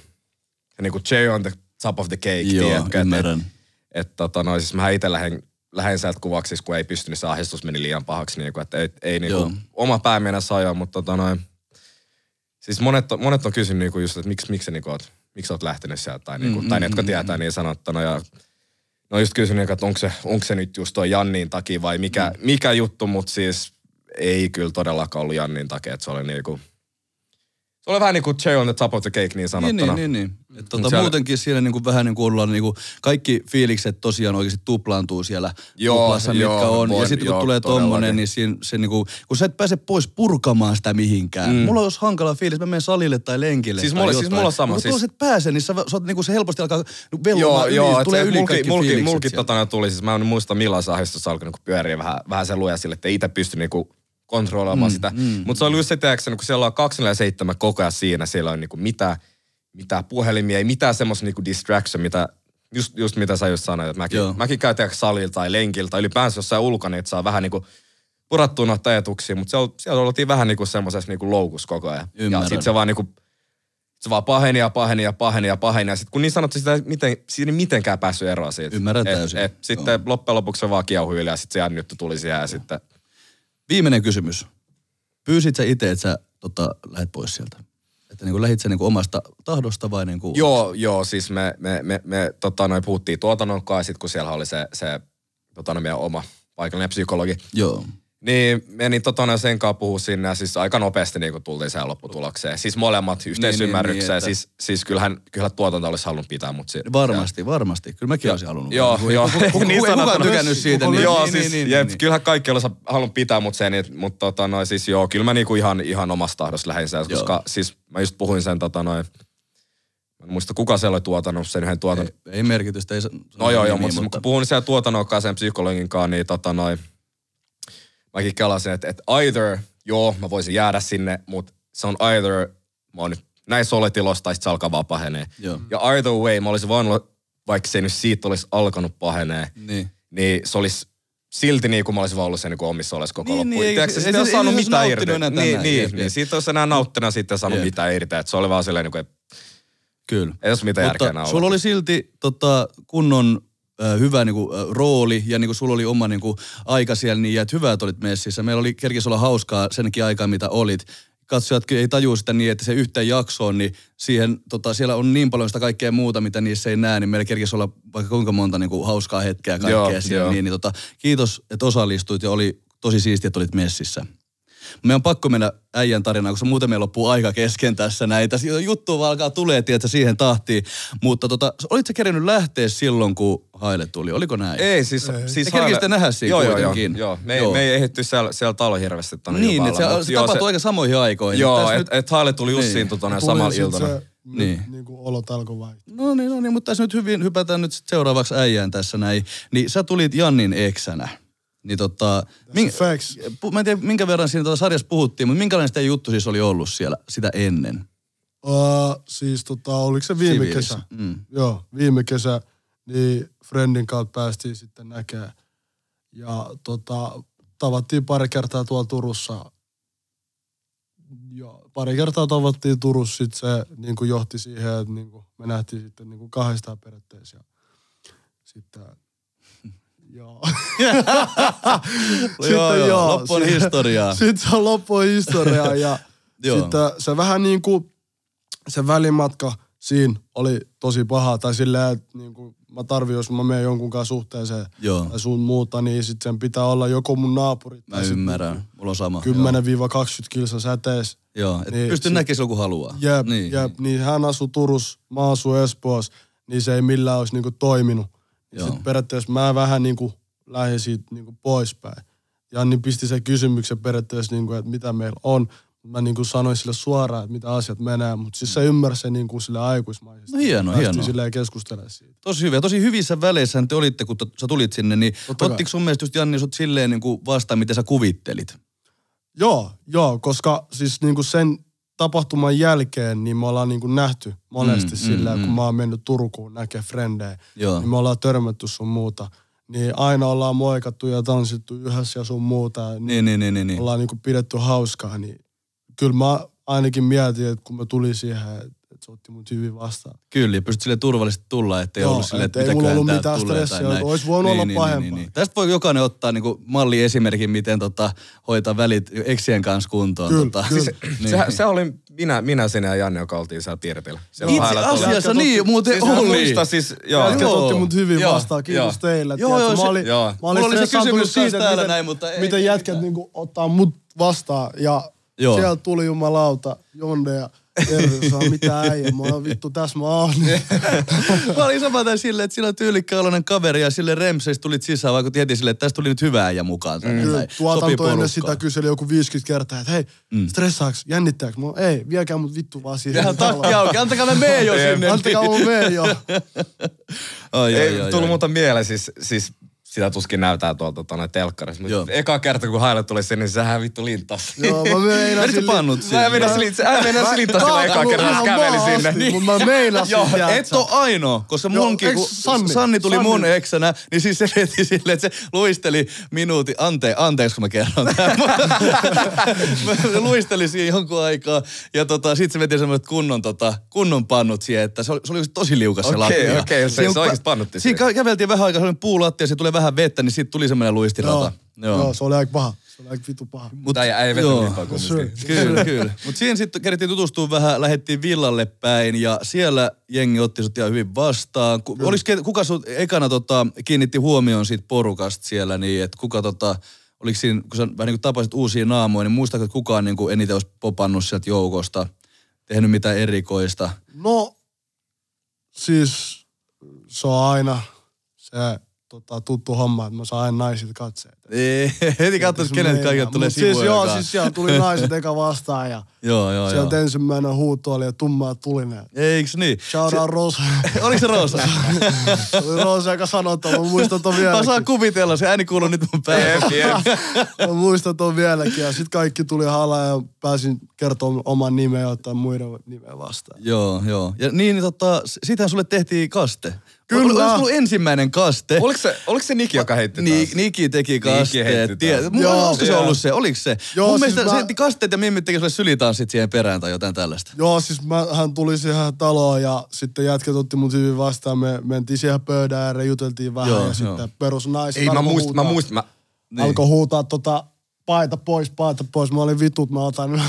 E: se niinku cherry on the top of the cake,
D: Joo,
E: tiedätkö, et-
D: ymmärrän.
E: että tota, no, siis mä itse lähden, lähden sieltä kuvaksi, siis kun ei pystynyt, se ahdistus meni liian pahaksi, niin kuin, että ei, ei niin
D: Joo.
E: kuin, oma pää mennä sajaa, mutta tota, noin, siis monet, on- monet on kysynyt niin kuin just, että miksi, miksi, niin kuin, oot, miksi oot lähtenyt sieltä, tai, niin kuin,
D: Mm,
E: mm, tai
D: mm,
E: ne, jotka
D: mm,
E: tietää, niin sanottuna, ja no just kysynyt, niin kuin, että onko se, onko se nyt just toi Jannin takia vai mikä, mm. mikä juttu, mutta siis ei kyllä todellakaan ollut Jannin takia, että se oli niin kuin, se oli vähän niin kuin cherry on the top of the cake niin sanottuna.
D: Niin, niin, niin. niin. Et tota,
E: siellä-
D: Muutenkin siellä niinku vähän niin kuin ollaan niinku, kaikki fiilikset tosiaan oikeasti tuplaantuu siellä
E: Joo,
D: tuplassa,
E: joo,
D: mitkä on. ja
E: voin-
D: sitten kun
E: joo,
D: tulee tommonen,
E: todellakin.
D: niin siinä, se niinku, kun sä et pääse pois purkamaan sitä mihinkään. Mm. Mulla olisi hankala fiilis, mä menen salille tai lenkille
E: Siis
D: tai
E: mulla- siis
D: jotain.
E: mulla sama,
D: Mut Kun
E: siis-
D: tuollaiset pääsee, niin sä, sä oot, niinku, se helposti alkaa
E: Joo,
D: vellomaan yli,
E: joo, et
D: tulee
E: se
D: yli
E: mulki,
D: kaikki
E: mulki,
D: fiilikset
E: mulki
D: sieltä.
E: tota noin tuli, siis mä en muista milloin se ahdistus alkoi niin pyöriä vähän, vähän se luja sille, että itse pysty niinku kontrolloimaan
D: Mm,
E: sitä.
D: mm,
E: Mutta se oli just se, tiedätkö, niin kun siellä on 247 koko ajan siinä, siellä on niinku mitä, mitä puhelimia, ei mitään semmoista niinku distraction, mitä, just, just mitä sä just sanoit, että
D: Joo.
E: mäkin, mäkin käyn tiedätkö, salilla tai lenkillä tai ylipäänsä jossain ulkona, että saa vähän niinku purattua noita ajatuksia, mutta siellä, siellä oltiin vähän niinku semmoisessa niinku loukussa koko ajan.
D: Ymmärrän.
E: Ja sit se vaan niinku se vaan paheni ja paheni ja paheni ja paheni. Ja sitten kun niin sanottu, sitä ei miten, siinä ei mitenkään päässyt eroon siitä.
D: Ymmärrän
E: Et-
D: täysin.
E: Et, sitten loppujen lopuksi se vaan kiauhuili ja sitten se jännytty tuli siihen ja sitten...
D: Viimeinen kysymys. Pyysit sä itse, että sä tota, lähet pois sieltä? Että niinku, lähit sä niinku omasta tahdosta vai niinku...
E: Joo, joo, siis me, me, me, me tota, noin no, puhuttiin tuotannon kanssa, sit kun siellä oli se, se tota, noin meidän oma paikallinen psykologi,
D: Joo.
E: Niin, menin Totonen sen kanssa puhua sinne ja siis aika nopeasti niin kuin tultiin siihen lopputulokseen. Siis molemmat yhteisymmärrykseen.
D: niin, että-
E: siis, siis kyllähän, kyllähän tuotanto olisi halunnut pitää, mutta... Si-
D: Varmasti, varmasti. Kyllä mäkin olisin halunnut.
E: Joo,
D: Kuka-
E: joo.
D: kuka- kuka-
E: Niin
D: Kuka on
E: sanotaan.
D: tykännyt siitä?
E: Niin,
D: niin-
E: joo,
D: niin,
E: siis,
D: niin,
E: jep,
D: niin.
E: kyllähän kaikki olisi halunnut pitää mut sen, et- mutta tota noin, siis joo, kyllä mä niinku ihan, ihan omasta tahdosta lähdin sen, koska siis mä just puhuin sen tota noin, mä en muista kuka siellä oli tuotanut sen yhden tuotannon.
D: Ei- Ei merkitystä. Ei, niin, sa-
E: No joo, joo,
D: nimiä,
E: mutta, mutta kun puhuin siellä tuotannon kanssa sen psykologin kanssa, niin tota noin, mäkin kelasin, että, että either, joo, mä voisin jäädä sinne, mutta se on either, mä oon nyt näissä oletilossa, tai sit se alkaa vaan pahenee.
D: Joo.
E: Ja either way, mä olisin voinut, olla- vaikka se ei nyt siitä olisi alkanut pahenee,
D: Niin.
E: niin se olisi silti niin kuin mä olisin vaan ollut sen niin kuin omissa olisi koko
D: Niin,
E: loppuun.
D: niin, ei-
E: Tiedätkö,
D: ei-
E: siitä
D: ei-
E: ei ole
D: ei-
E: saanut
D: ei olisi
E: mitään irti.
D: nauttinut enää
E: Niin,
D: tänään,
E: niin,
D: jep,
E: niin,
D: jep.
E: siitä olisi enää nauttina sitten saanut
D: Jep.
E: mitään irti. Että se oli vaan silleen, niin kuin, että
D: Kyllä.
E: ei olisi mitään järkeä enää
D: Mutta sulla
E: olla.
D: oli silti tota, kunnon ö, hyvä niinku, ö, rooli ja niinku, sulla oli oma niinku, aika siellä niin, ja että hyvät olit messissä. Meillä oli kerkis olla hauskaa senkin aikaa, mitä olit. Katsojat ei tajua sitä niin, että se yhteen jaksoon, niin siihen, tota, siellä on niin paljon sitä kaikkea muuta, mitä niissä ei näe, niin meillä kerkis olla vaikka kuinka monta niinku, hauskaa hetkeä kaikkea
E: Joo,
D: joo, siellä.
E: joo.
D: Niin, niin, tota, kiitos, että osallistuit ja oli tosi siistiä, että olit messissä. Me on pakko mennä äijän tarinaan, koska muuten meillä loppuu aika kesken tässä näin. Tässä juttu vaan alkaa tulee, tiedätkö, siihen tahtiin. Mutta tota, olit sä kerennyt lähteä silloin, kun Haile tuli? Oliko näin?
E: Ei, siis...
C: Ei.
E: siis
D: Te kerkisitte
E: haile-
D: nähdä siinä
E: joo, joo, joo,
D: kuitenkin.
E: joo. Me, ei-
D: Joo.
E: me ei ehditty siellä, siellä talo hirveästi tänne
D: Niin, että
E: Juvalaan,
D: se,
E: mut
D: se
E: joo,
D: tapahtui aika samoihin aikoihin.
E: Joo,
D: Tässä
E: että
D: nyt-
E: et, et Haile tuli
D: Niin.
E: Jussiin totona
C: Tuli
E: samalla
C: sit
E: iltana.
C: Se,
D: Niin.
C: niin. Niinku olot alkoi vaihtaa.
D: No niin, no niin, mutta tässä nyt hyvin hypätään nyt sit seuraavaksi äijään tässä näin. Niin sä tulit Jannin eksänä. Niin tota, min,
C: facts.
D: pu- mä en tiedä minkä verran siinä tuota sarjassa puhuttiin, mutta minkälainen sitä juttu siis oli ollut siellä sitä ennen?
C: Uh, siis tota, oliko se viime
D: Siviilissä.
C: kesä?
D: Mm.
C: Joo, viime kesä, niin Friendin kautta päästiin sitten näkemään. Ja tota, tavattiin pari kertaa tuolla Turussa. Ja pari kertaa tavattiin Turussa, sit se niin kuin johti siihen, että niin kuin, me nähtiin sitten niin kuin kahdestaan periaatteessa. Ja sitten, joo. sitten
D: joo, joo, loppu on
C: sit-
D: historiaa.
C: Sitten se on loppu on historiaa ja
D: Joo.
C: sitten se vähän niin kuin, se välimatka siinä oli tosi paha. Tai sillä, että niin kuin, mä tarvin, jos mä menen jonkun kanssa suhteeseen
D: Joo.
C: tai sun muuta, niin sitten sen pitää olla joko mun naapuri
D: Mä
C: tai sit
D: ymmärrän. Mulla on sama.
C: 10-20 kilsa säteessä.
D: Joo, joo. et
C: Niin,
D: pystyn
C: sit-
D: näkemään silloin, kun haluaa.
C: Jep, niin,
D: niin.
C: jep, niin hän asuu Turussa, mä asun Espoossa, niin se ei millään olisi niinku toiminut.
D: Joo.
C: Sitten periaatteessa mä vähän niinku lähdin siitä niinku poispäin. Janni pisti sen kysymyksen periaatteessa, niinku, että mitä meillä on. Mä niinku sanoin sille suoraan, että mitä asiat menee, mutta siis se ymmärsi sen niinku sille aikuismaisesti.
D: Mm. No hienoa,
C: Päästiin
D: hienoa.
C: silleen keskustelemaan siitä.
D: Tosi hyviä. Tosi hyvissä väleissä te olitte, kun t- sä tulit sinne. Niin
C: Totta kai.
D: ottiko sun mielestä just Janni sut silleen niin kuin vastaan, miten sä kuvittelit?
C: Joo, joo, koska siis niinku sen tapahtuman jälkeen niin me ollaan niinku nähty monesti
D: Mm,
C: mm,
D: mm,
C: sillä, mm, kun
D: mm.
C: mä oon mennyt Turkuun näkemään frendejä.
D: Joo.
C: niin me ollaan törmätty sun muuta. Niin aina ollaan moikattu ja tanssittu yhdessä ja sun muuta. ja Niin.
D: Niin, niin, niin, niin. niin.
C: Ollaan niinku pidetty hauskaa, niin kyllä mä ainakin mietin, että kun mä tulin siihen, että et se otti mut hyvin vastaan.
D: Kyllä, ja pystyt sille turvallisesti tulla, ettei
C: Joo,
D: ollut sille, että
C: et ei mulla
D: mitäköhän
C: ollut
D: tää
C: mitään
D: tulee tai
C: stressiä,
D: näin. Niin,
C: että ois voinut olla pahempaa.
D: Tästä voi jokainen ottaa niinku malliesimerkin, miten tota, hoitaa välit eksien kanssa kuntoon.
C: Kyllä,
D: tota.
C: kyllä.
E: Niin. Sehän, se oli minä, minä sinä ja Janne, joka oltiin siellä Tirtillä. Siellä
D: Itse
E: Haile tuli.
D: asiassa niin, muuten
E: Siis hän
D: oli.
E: muistaa siis, joo.
C: Joo,
D: Joo.
C: otti mut hyvin
D: Joo,
C: vastaan, kiitos
E: joo.
C: teille.
D: Joo,
C: tiedätkö.
D: joo, se-
C: mä olin,
E: joo.
C: mä olin
D: Mulla oli se
C: stressaantunut
D: kysymys
C: siitä,
D: siitä
C: että
D: täällä
C: miten,
D: näin, mutta ei-
C: miten jätkät niinku ottaa mut vastaan. Ja
D: Joo.
C: siellä tuli jumalauta, Jonne ja Terve, saa mitä äijä. Mä oon vittu, tässä mä oon.
D: Mä olin samaten silleen, että sillä on tyylikkä oloinen kaveri ja sille remseistä tulit sisään, vaikka tietin silleen, että tästä tuli nyt hyvää ja mukaan tänne. Mm.
C: Kyllä,
D: Näin. Sopii
C: tuotanto
D: porukkaan.
C: ennen sitä kyseli joku 50 kertaa, että hei, mm. stressaaks, jännittääks? Mä, oon, ei, viekää mut vittu vaan siihen.
D: Ihan takki auki, antakaa me mee jo sinne.
C: Antakaa mun mene jo.
D: Ai, ai,
E: Ei
D: ai,
E: tullut
D: ai.
E: muuta mieleen, siis, siis sitä tuskin näytää tuolta tuonne telkkarissa.
D: Joo.
E: Mut eka kerta, kun Haile tuli sinne, niin sehän vittu lintas.
C: Joo, mä meinasin.
D: Menitkö pannut
E: Mä
D: sinne?
E: en mennä siltä, mä en mennä siltä sillä eka kertaa, kun käveli sinne. Niin.
C: Mutta mä meinasin,
D: Joo,
C: tiedätkö.
D: et ole ainoa, koska
C: Joo,
D: munkin,
C: eiks
D: kun Sanni,
C: Sanni?
D: Sanni tuli
C: Sanni.
D: mun eksänä, niin siis se veti silleen, että se luisteli minuutin, ante, anteeksi kun mä kerron tämän. Mä luisteli siihen jonkun aikaa ja tota, sit se veti semmoiset kunnon, tota, kunnon pannut siihen, että se oli, se oli oikeesti tosi liukas se
E: Okei,
D: lattia.
E: okei, se-
D: Siinä
E: se
D: kun-
E: oikeesti pannutti
D: Siinä kä- käveltiin vähän aikaa, semmoinen puulattia, se tulee vähän vettä, niin siitä tuli semmoinen luistirata.
C: Joo, joo, se oli aika paha. Se oli aika vittu paha.
D: Mut-
E: Mutta ei vetänyt
D: joo.
E: niin paljon kumminkin.
C: Sure.
D: Kyllä, kyllä. Mutta siinä sitten kerittiin tutustua vähän, lähdettiin villalle päin ja siellä jengi otti sut ihan hyvin vastaan. Ku, olis, ket- kuka sut ekana tota, kiinnitti huomioon siitä porukasta siellä niin, että kuka tota, oliko siinä, kun sä vähän niin kuin tapasit uusia naamoja, niin muistatko, että kukaan niin kuin eniten olisi popannut sieltä joukosta, tehnyt mitään erikoista?
C: No, siis se on aina se tota, tuttu homma, että mä saan aina naisilta katseet.
D: Ei, heti katsoit, kenet kaikilta tulee
C: Mut siis,
D: sivuja.
C: joo, siis siellä tuli naiset eka vastaan ja
D: joo, joo, joo.
C: sieltä ensimmäinen huuto oli ja tummaa tulinen.
D: Eiks niin?
C: Shout out Rosa.
D: Oliko se Roosa?
C: Se oli Rosa, joka sanoi, että mä muistan ton
D: Mä saan
C: vieläkin.
D: kuvitella, se ääni kuuluu nyt mun päälle.
C: Mä muistan ton vieläkin. Ja sit kaikki tuli halaa ja pääsin kertomaan oman nimen ja ottaa muiden nimeä vastaan.
D: Joo, joo. Ja niin, niin tota, s- siitähän sulle tehtiin kaste.
C: Kyllä.
D: Olis ollut ensimmäinen kaste.
E: Oliko se, oliko se Niki, joka heitti
D: Ni,
E: taas?
D: Niki teki kasteet.
E: heitti
D: Tie,
E: taas.
D: mun,
C: Joo.
D: olisiko se
C: Joo.
D: ollut se? Oliko se?
C: Joo, siis
D: mun mielestä
C: mä-
D: se heitti kasteet ja mimmit teki sulle sylitanssit siihen perään tai jotain tällaista.
C: Joo, siis mä, hän tuli siihen taloon ja sitten jätket otti mut hyvin vastaan. Me mentiin siihen pöydään ääreen, juteltiin vähän
D: Joo,
C: ja
D: joo.
C: sitten perus naiset
E: Ei, mä
C: alkoi
E: muistan, mä
C: huutaa.
E: muistan, mä,
C: Niin. Alkoi huutaa tota, paita pois, paita pois. Mä olin vitut, mä otan.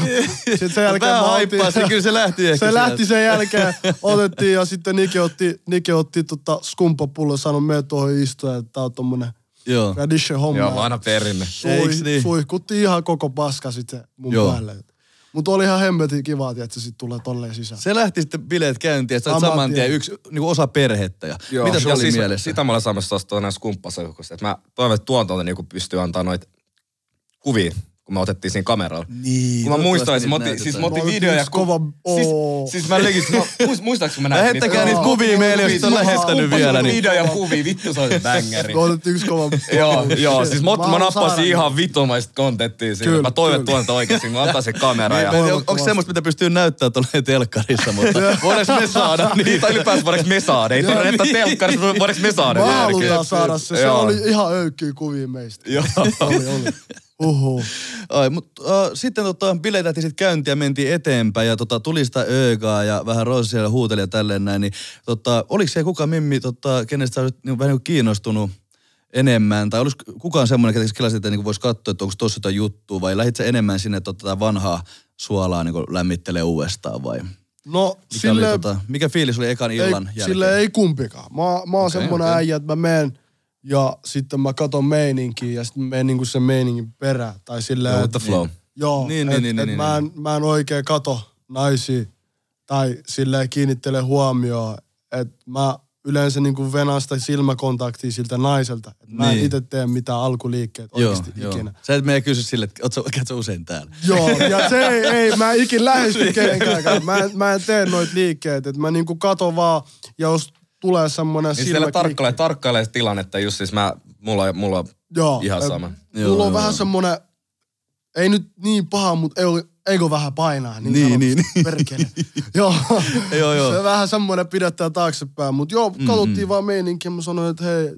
C: sitten sen jälkeen
D: Vähän
C: mä
D: haippasin, kyllä se lähti ehkä
C: Se lähti
D: sieltä.
C: sen jälkeen, otettiin ja sitten Nike otti, Nike otti tota skumpapullo ja sanoi, mene tuohon istuja, että tää on tommonen
D: Joo.
C: tradition homma.
E: No. joo, vanha perinne.
D: Eiks
C: Sui,
D: niin?
C: suihkutti ihan koko paska sitten mun
D: Joo.
C: Joo. päälle. Mutta oli ihan hemmetin kivaa, että se sitten tulee tolleen sisään.
D: Se lähti sitten bileet käyntiin ja sä olit
C: Saman
D: saman tien
C: tien.
D: yksi niin osa perhettä. Ja mitä sulla
E: Ja
D: oli
E: siis
D: mielessä?
E: Sitä mä olen saamassa taas tuonne skumppaseuhkosta. Että mä toivon, että tuotolta niinku pystyy antaa noita kuvia, kun me otettiin siinä kameralla.
D: Niin,
E: Kun mä muistan, että mä
D: toivottavasti
E: otin,
D: niitä
E: siis mä
D: näytetään.
E: otin
C: Mä olin
E: videoja.
C: yksi kova- Oo.
E: siis, siis mä legit, mä, muist- muistaaks kun mä niinku näin
D: Lähettäkää niitä kuvia meille, jos et ole
C: Joo.
D: lähettänyt
C: Joo.
D: vielä. Niin.
E: Videoja niinku kuvia, vittu se on bängeri.
C: Me otettiin yksi kova...
E: Joo, joo, siis mä, mä,
C: oon
E: nappasin
C: saarannut.
E: ihan vitumaista kontenttia siinä.
C: Kyllä,
E: Mä toivon
C: kyllä.
E: tuon oikeasti, mä antaa se kamera ja...
D: Mä en tiedä, on,
C: Toivottavasti.
D: onko semmoista, mitä pystyy näyttämään tuolla telkkarissa, mutta voidaanko me saada
E: Niin, tai ylipäänsä voidaanko me saada? Ei tarvitse että telkkarissa, mutta voidaanko me saada?
C: Mä
E: vieläkin?
C: halutaan saada se. Se
E: Joo.
C: oli ihan öykkiä kuvia meistä.
E: Joo.
C: Oli, oli. Uhu.
D: Ai, mut, äh, sitten tota, bileet lähti sitten käyntiin ja mentiin eteenpäin ja tota, tuli sitä öögaa ja vähän Roosi siellä huuteli ja tälleen näin. Niin, tota, oliko siellä kuka Mimmi, tota, kenestä sä olit niin, vähän niin kiinnostunut enemmän? Tai olis kukaan semmoinen, ketä kyllä sitä niin voisi katsoa, että onko tossa jotain juttua vai lähdit sä enemmän sinne tota, tää vanhaa suolaa niin lämmittelee uudestaan vai? Mikä,
C: No,
D: Sille... oli,
C: sille,
D: tota, mikä fiilis oli ekan
C: ei,
D: illan jälkeen?
C: sille ei kumpikaan. Mä, mä oon
D: Okei,
C: okay, semmonen
D: okei.
C: okay. äijä, että mä menen ja sitten mä katon meininkiä ja sitten mä menen niinku sen meiningin perään. Tai silleen,
E: Joo,
C: että-
E: the flow.
C: Joo, niin,
D: Niin, niin,
C: et,
D: niin,
C: niin, et
D: niin,
C: niin, mä, en, mä en oikein kato naisia tai silleen kiinnittele huomioon. Et mä yleensä niinku venaan sitä silmäkontaktia siltä naiselta. Et mä en
D: Niin.
C: itse tee mitään alkuliikkeet oikeasti ikinä.
D: Sä et mene kysy sille, että oot sä- käyt sä usein täällä.
C: Joo, ja se ei, ei mä en ikin lähesty kenenkään. Mä, en- mä en tee noita liikkeitä, että mä niinku katon vaan, ja jos tulee semmonen
E: Niin siellä
C: silmä...
E: tarkkailee, tarkkailee tilannetta, just siis mä, mulla, mulla
C: Joo.
E: ihan
C: et
E: sama.
D: Joo,
C: Mulla on
D: joo,
C: vähän
D: joo.
C: semmonen, ei nyt niin paha, mutta ei, eikö vähän painaa. Niin,
D: Niin,
C: sanotusti,
D: niin, niin.
C: Perkele. joo.
D: Joo, joo.
C: Se vähän semmonen pidättää taaksepäin. Mutta joo, katsottiin vaan meininkiä. Mä sanoin, että hei,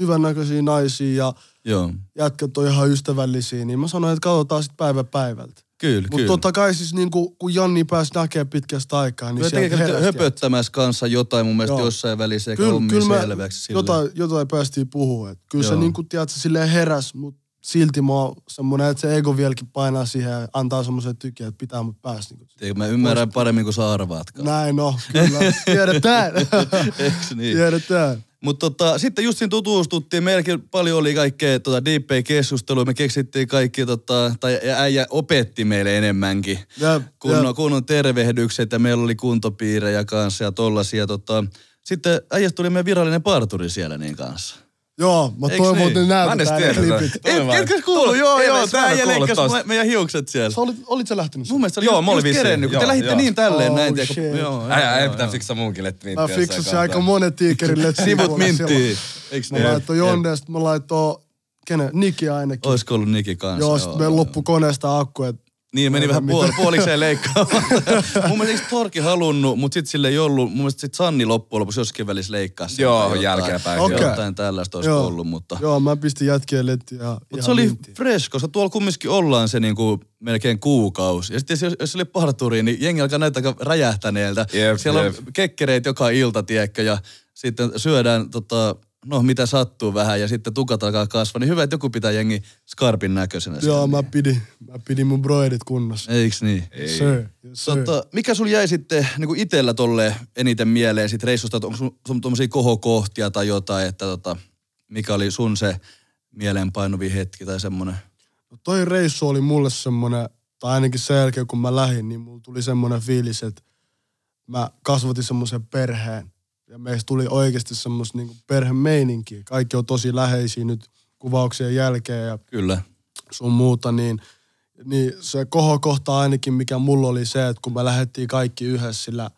C: hyvännäköisiä naisia ja
D: Joo,
C: jätkät on ihan ystävällisiä. Niin mä sanoin, että katsotaan sitten päivä päivältä.
D: kyllä,
C: Mutta
D: kyllä.
C: totta kai siis niin kun, kun Janni pääsi näkemään pitkästä aikaa, niin
D: Niin
C: sieltä heräsi.
D: höpöttämässä kanssa jotain mun mielestä
C: Joo.
D: jossain välissä, eikä
C: Kyllä,
D: hommi
C: kyllä mä
D: selväksi. Sille.
C: jotain, jotain päästiin puhua. Et kyllä Joo.
D: Joo.
C: se niin kuin, tiedät, sä, silleen heräs, mutta silti mä oon semmonen, että se ego vieläkin painaa siihen ja antaa semmoisen tykiä, että pitää mut päästä. Niin
D: Tiedätkö, Mä ymmärrän paremmin kuin sä arvaatkaan.
C: Näin no, kyllä. Tiedetään.
D: Eiks niin?
C: Tiedetään.
D: Mutta tota, sitten just siinä tutustuttiin, meilläkin paljon oli kaikkea tota, diippejä keskustelua, me keksittiin kaikki, tota, tai ja äijä opetti meille enemmänkin.
C: Jep,
D: Kunnon,
C: jep.
D: kunnon tervehdykset ja meillä oli kuntopiirejä kanssa ja tollasia. Tota. Sitten äijästä tuli meidän virallinen parturi siellä niin kanssa.
C: Joo, mä
D: Eiks
C: toivon,
D: niin?
C: että ne
E: Mä en
C: näytetään
E: edes
C: ne
E: tiedä
C: klipit.
E: tätä. Toi
D: Et,
E: vaan.
D: etkös kuullut? Joo,
E: ei,
D: joo,
E: edes
D: tämä
E: mä en
D: äijä
E: kuullut
D: leikkasi
E: tosta.
D: me- meidän hiukset siellä.
C: Sä olit, olit sä lähtenyt
D: Mun
C: sinne?
D: mielestä oli
E: Joo,
D: just,
E: mä olin
D: just
E: vissiin.
D: kerennyt, kun te
E: Joo,
D: lähditte
E: joo.
D: niin tälleen
C: Oh,
D: näin. tiedätkö?
C: shit.
D: Joo,
E: Ää,
D: joo,
E: ei
D: No joo,
E: pitää
D: joo.
E: fiksaa muunkin, että
C: Mä
E: minttiä
C: fiksasin aika monen tiikerille.
D: Sivut minttiin. Eiks
C: Mä
D: niin?
C: laitoin Jonne, sit mä laitoin, kenen? Niki ainakin.
D: Olisiko ollut Niki kanssa?
C: Joo, sit meillä loppu koneesta akku, et
D: Niin, meni
C: Ei
D: vähän
C: mitään.
D: puol- puolikseen leikkaamaan. Mun mielestä eikö Torki halunnut, mutta sitten sille ei ollut. Mun mielestä sit Sanni loppujen lopuksi jossakin välissä leikkaa sen
E: Joo,
D: tai jotain.
E: jälkeenpäin.
C: Okei.
D: Jotain tällaista olisi
C: Joo.
D: ollut, mutta...
C: Joo, mä pistin jätkien lettiin ja
D: Mutta
C: ihan
D: se oli
C: mintiin.
D: fresh, koska tuolla kumminkin ollaan se niinku melkein kuukausi. Ja sitten jos, jos oli parturi, niin jengi alkaa näyttää aika räjähtäneeltä.
E: Jep,
D: Siellä
E: jep.
D: on kekkereet joka ilta, tiedätkö, ja sitten syödään tota, no mitä sattuu vähän, ja sitten tukat alkaa kasvaa. Niin hyvä, että joku pitää jengi skarpin näköisenä. siellä.
C: Joo, mä pidin, mä pidin mun broidit kunnossa.
D: Eiks niin?
C: Yes, sir. Yes, sir.
D: Tota, mikä sul jäi sitten niin kuin itellä tolle eniten mieleen sit reissusta, että onko sun tuommoisia kohokohtia tai jotain, että tota, mikä oli sun se mieleenpainuvi hetki tai semmoinen?
C: No toi reissu oli mulle semmonen, tai ainakin sen jälkeen kun mä lähdin, niin mulla tuli semmonen fiilis, että mä kasvatin semmoisen perheen. Ja meistä tuli oikeasti semmoista niinku perhemeininkiä. Kaikki on tosi läheisiä nyt kuvauksien jälkeen ja
D: Kyllä.
C: sun muuta, niin, niin se kohokohta ainakin, mikä mulla oli se, että kun me lähdettiin kaikki yhdessä sillä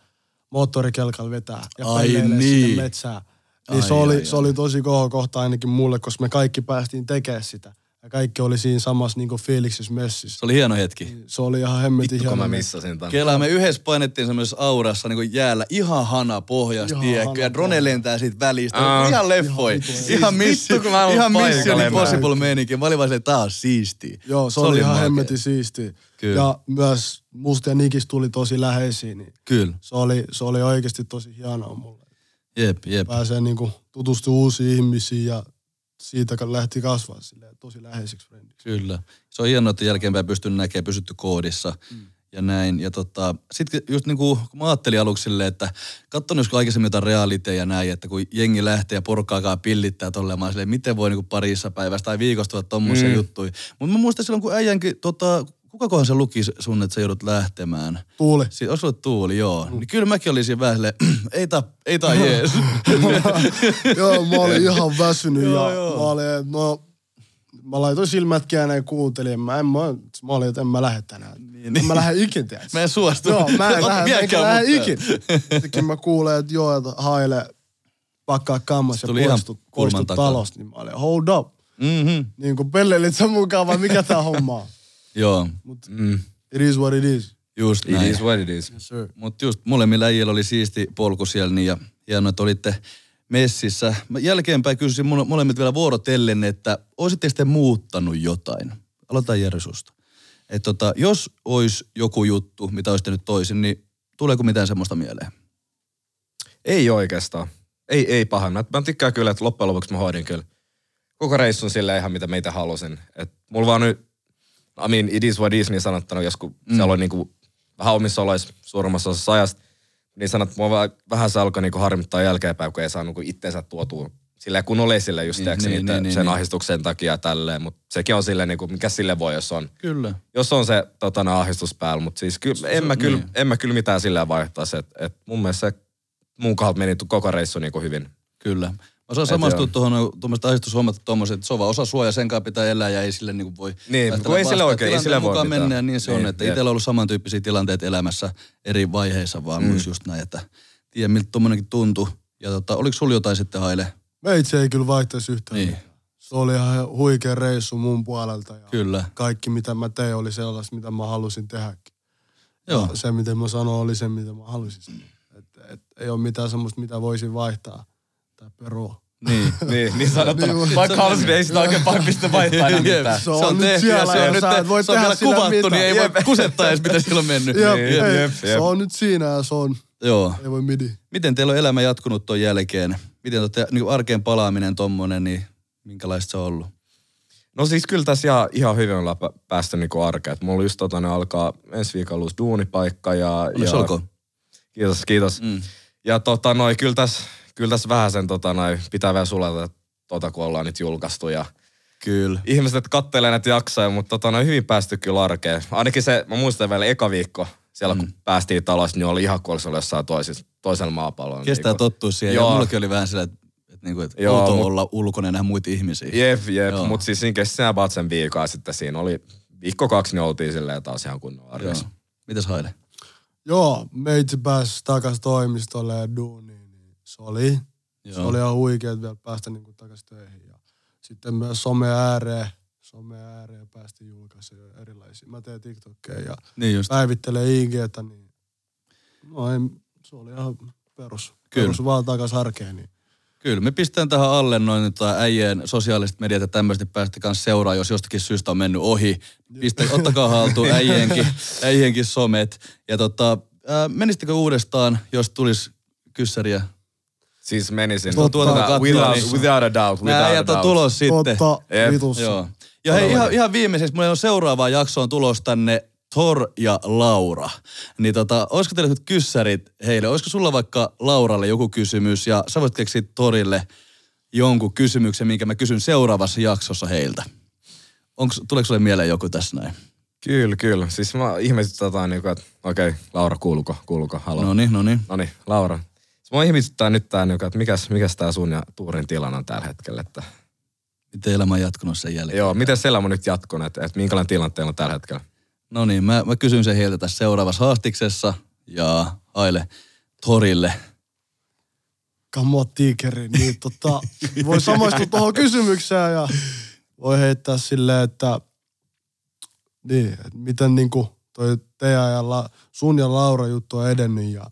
C: moottorikelkalla vetää ja
D: Ai
C: pelleilee
D: niin.
C: sinne metsään, niin
D: Ai,
C: se, oli,
D: ai,
C: se
D: ai.
C: oli tosi kohokohta ainakin mulle, koska me kaikki päästiin tekemään sitä. Ja kaikki oli siinä samassa niin fiiliksissä messissä.
D: Se oli hieno hetki.
C: Se oli ihan
E: Kun
C: hemmetin hieno.
E: mä missasin tämän.
D: Kelaa, me yhdessä painettiin semmoisessa aurassa niin jäällä ihan hana pohjasta,
C: Ihan
D: tiedätkö,
C: hana
D: ja drone lentää siitä välistä.
E: Aa.
D: ihan leffoi.
C: Ihan Siis vitun
D: Ihan, missi,
E: Vittu, kun mä en ollut
D: ihan
E: paikalla
D: Mission
E: enää.
D: Impossible meininki. Mä olin vaan silleen, tää on siistiä.
C: Joo, se, se oli ihan
D: maakea.
C: hemmetin siisti.
D: Kyllä.
C: Ja myös musta ja Nikis tuli tosi läheisiin, niin
D: Kyllä,
C: se oli, se oli oikeasti tosi hienoa mulle.
D: jep, jep.
C: pääsee niinku tutustumaan uusiin ihmisiin ja siitä ka- lähti kasvaa silleen, tosi läheiseksi frendiksi.
D: Kyllä. Se on hienoa, että jälkeenpäin pystyn näkemään, pysytty koodissa
C: Mm.
D: ja näin. Ja tota, sitten just niin kuin, kun mä ajattelin aluksi silleen, että katson joskus aikaisemmin jotain realiteja ja näin, että kun jengi lähtee ja porkkaakaan pillittää tolleen, mä oon silleen, miten voi niin kuin parissa päivässä tai viikossa tulla tommosia
E: Mm.
D: juttuja. Mutta mä muistan silloin, kun äijänkin, tota, kuka kohan se luki sun, että sä joudut lähtemään?
C: Tuuli.
D: Siis olisi ollut tuuli, joo.
C: Mm.
D: Niin kyllä mäkin olin siinä vähän silleen, ei tää, ei tää jees.
C: joo, mä olin ihan väsynyt
D: Joo,
C: ja
D: joo.
C: mä olin, et no, mä laitoin silmät kiinni ja kuuntelin. Mä, en, mä, mä olin, että en mä lähde tänään. Niin, niin. Mä lähden ikinä tiedä.
D: Mä en suostu.
C: Joo, mä en
D: Ota
C: lähde, mä enkä
D: vieläkään
C: lähde
D: mukaan.
C: ikinä. Sittenkin mä kuulen, että joo, että haile pakkaa kammas ja
D: Tuli ihan
C: poistu,
D: kulman
C: poistu
D: takaa.
C: talosta. Niin mä olin, hold up.
D: Mhm.
C: Niin kuin pelleilit sä mukaan vai mikä tää homma on?
D: Joo,
E: Mm.
C: It is what it is.
D: just
E: It
D: näin.
E: is what it is.
C: Sure.
D: Mutta just molemmilla äijillä oli siisti polku siellä niin ja hienoa, että olitte messissä. Mä jälkeenpäin kysyisin mole- molemmat vielä vuorotellen, että olisitteko te muuttanut jotain? Aloitetaan Jere susta. Et tota, jos olisi joku juttu, mitä olisitte nyt toisin, niin tuleeko mitään semmoista mieleen?
E: Ei oikeastaan. Ei, ei pahan. Mä, mä tykkään kyllä, että loppujen lopuksi mä hoidin kyllä koko reissun sille ihan mitä meitä halusin. Et mulla vaan nyt, I mean, it is what is niin sanottuna, jos kun mm. siellä oli niinku vähän omissa oloissa suurimmassa osassa ajasta, niin sanot, että mua vähän, vähän se alkoi niinku harmittaa jälkeenpäin, kun ei saanut niinku itteensä tuotua sillä kun oli sille just
D: Niin,
E: niin,
D: niin,
E: niin,
D: niin, niin,
E: sen
D: niin.
E: ahdistuksen takia ja tälleen, mutta sekin on silleen, niinku, mikä sille voi, jos on
D: Kyllä.
E: jos on se totana, ahdistus päällä, mutta siis kyllä, en, mä kyllä,
D: niin.
E: en mä kyllä mitään sillä vaihtaisi. Et, et mun mielestä se mun kohdalta meni tu- koko reissu niinku hyvin.
D: Kyllä. Mä saan
E: Et
D: samastua
E: joo.
D: tuohon tuommoista ahdistushommat, tuommoiset, että se on vaan osa suoja, sen kanssa pitää elää ja ei sille niinku voi...
E: Niin,
D: päästä
E: kun ei sille
D: vastaan.
E: oikein, ei
D: Tilanteen
E: sille voi
D: mukaan
E: mitään.
D: mennä ja niin se on,
E: Niin,
D: että
E: jep.
D: itsellä on ollut samantyyppisiä tilanteita elämässä eri vaiheissa vaan mm. just näin, että tiedä miltä tuommoinenkin tuntui. Ja tota, oliko sulla jotain sitten Haile?
C: Meitse ei kyllä vaihtaisi yhtään.
D: Niin.
C: Niin. Se oli ihan huikea reissu mun puolelta. Ja
D: Kyllä.
C: Kaikki mitä mä tein oli sellaista, mitä mä halusin tehdäkin.
D: Joo.
C: Ja Se mitä mä sanoin oli se, mitä mä halusin sanoa. Et, et, ei ole mitään semmoista, mitä voisin vaihtaa tai perua.
D: Niin.
E: Niin, niin sanottuna.
C: Niin, mut-
E: Vaikka halusin, ei sitä oikein paljon pysty vaihtamaan enää
D: Jep,
E: mitään.
D: se on, nyt tehty, siellä, se
C: ja
D: on nyt
C: sä et voi
D: se on
C: tehdä
D: vielä
C: sillä
D: kuvattu,
C: mitään.
D: niin ei voi
E: Jep.
D: kusettaa edes, mitä sillä on mennyt.
C: Jep,
D: Niin, Jep.
C: ei,
E: jep,
C: se
E: jep.
C: on nyt siinä ja se on,
D: Joo.
C: ei voi midi.
D: Miten teillä on elämä jatkunut ton jälkeen? Miten te, niin arkeen palaaminen tommonen, niin minkälaista se on ollut?
E: No siis kyllä tässä ihan, ihan hyvin ollaan pä- päästy niinku arkeen. Et Mulla just totana alkaa ensi viikolla uusi duunipaikka ja...
D: Onneksi
E: ja
D: olkoon.
E: Kiitos, kiitos.
D: Mm.
E: Mm. Ja tota noin, kyllä tässä kyllä tässä vähän sen tota noin, pitää vielä sulata tota, kun ollaan nyt julkaistu ja
D: Kyllä.
E: ihmiset kattelee näitä jaksoja, mutta tota, no hyvin päästy kyllä arkeen. Ainakin se, mä muistan vielä eka viikko, siellä
D: Mm.
E: kun päästiin talas, niin oli ihan kuin olisi ollut jossain toisessa, toisella maapallolla.
D: Kestää
E: Niin kuin-
D: tottua siihen. Joo.
E: Joo.
D: Ja mullakin oli vähän sillä, että, että, niinku, että
E: Joo,
D: outoa
E: mut-
D: olla ulkona ja nähdä muita ihmisiä.
E: Jep, jep,
D: Joo.
E: mutta siis siinä kesti sen about sen viikon ja sitten siinä oli viikko kaksi, niin oltiin silleen taas ihan kunnon
D: Joo.
E: arjessa.
D: Mitäs Haile?
C: Joo, meitsi pääsi takaisin toimistolle ja duuniin. Niin se oli Se oli ihan huikea, että vielä päästä niin takaisin töihin. Ja sitten myös some ääreen, some ääreen päästiin julkaisemaan erilaisia. Mä teen TikTokkeja ja
D: Niin just.
C: päivittelen IGtä, niin no ei, se oli ihan perus.
D: Kyllä.
C: Perus vaan takaisin arkeen. Niin.
D: Kyllä, me pistetään tähän alle noin nyt tää äijien sosiaaliset mediat ja tämmöiset, niin päästä kanssa seuraa, jos jostakin syystä on mennyt ohi. Pistä, ottakaa haltuun äijienkin, äijienkin somet. Ja tota, ää, menisittekö uudestaan, jos tulisi kyssäriä?
E: Siis menisin.
C: Tuo tuota
D: katsoa,
E: without,
D: niin-
E: without a doubt,
D: Nää
E: without a
D: äijät on
E: doubt.
D: tulos sitten.
C: Totta
E: Jep.
C: vitussa.
D: Joo. Ja hei, ihan, ihan viimeiseksi, mulla on seuraavaa jaksoon tulos tänne Thor ja Laura. Niin tota, olisiko teillä nyt kyssärit heille? Olisiko sulla vaikka Lauralle joku kysymys ja sä voit keksiä Torille jonkun kysymyksen, minkä mä kysyn seuraavassa jaksossa heiltä. Onks, tuleeko sulle mieleen joku tässä näin?
E: Kyllä, kyllä. Siis mä ihmetyttää jotain, niinku, että okei, okay, Laura, kuuluko, kuuluko, haloo.
D: No niin, no niin.
E: No niin, Laura. Siis Mua ihmetyttää nyt tää, niinku, että mikäs, mikäs tää sun ja Tuurin tilanne on tällä hetkellä. Että,
D: Miten elämä on jatkunut sen jälkeen?
E: joo, miten se elämä nyt jatkuu, että, että minkälainen tilanne teillä on tällä hetkellä?
D: No niin, mä, mä kysyn sen heiltä tässä seuraavassa haastiksessa ja Aile torille.
C: Come on, tiikeri. Niin, tota, voi samaistua tuohon kysymykseen ja voi heittää silleen, että niin, että miten niin kuin toi teidän ja La, sun ja Laura juttu on edennyt ja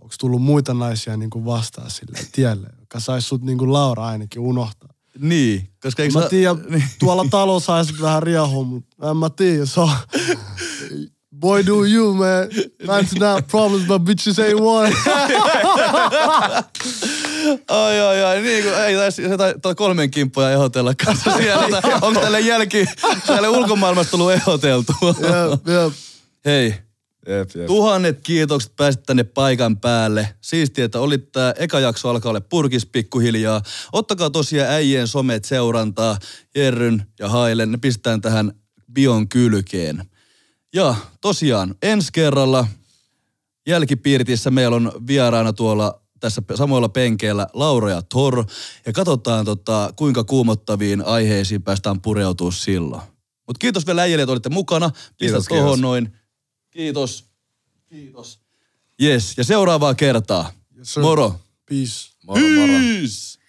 C: onko tullut muita naisia niin kuin vastaan sille tielle, joka saisi sut niin kuin Laura ainakin unohtaa.
D: Niin, koska eikö
C: Mä
D: sä- Niin.
C: tiedän, tuolla talo saisi vähän riehua, mutta en mä tiedä, se on... Boy do you, man. That's not problems, but bitches ain't one.
D: Ai, ai, ai, niin kuin, ei taisi tuota kolmen kimppoja ehdotella kanssa siellä. Onko tälle jälki, tälle ulkomaailmasta tullut ehdoteltua?
C: Jep, jep.
D: Hei,
E: Jep, jep.
D: tuhannet kiitokset että pääsit tänne paikan päälle. Siistiä, että oli tää eka jakso alkaa olla purkis pikkuhiljaa. Ottakaa tosiaan äijien somet seurantaa, Jerryn ja Hailen. Ne pistetään tähän bion kylkeen. Ja tosiaan ensi kerralla jälkipiirtissä meillä on vieraana tuolla tässä pe- samoilla penkeillä Laura ja Tor. Ja katsotaan tota, kuinka kuumottaviin aiheisiin päästään pureutua silloin. Mutta kiitos vielä äijille, että olitte mukana. Pistä
E: Kiitos,
D: tohon
E: kiitos.
D: noin. Kiitos. Kiitos. Yes, ja seuraavaa kertaa.
C: Yes, sir.
D: Moro.
C: Peace.
E: Moro, moro.
D: Peace.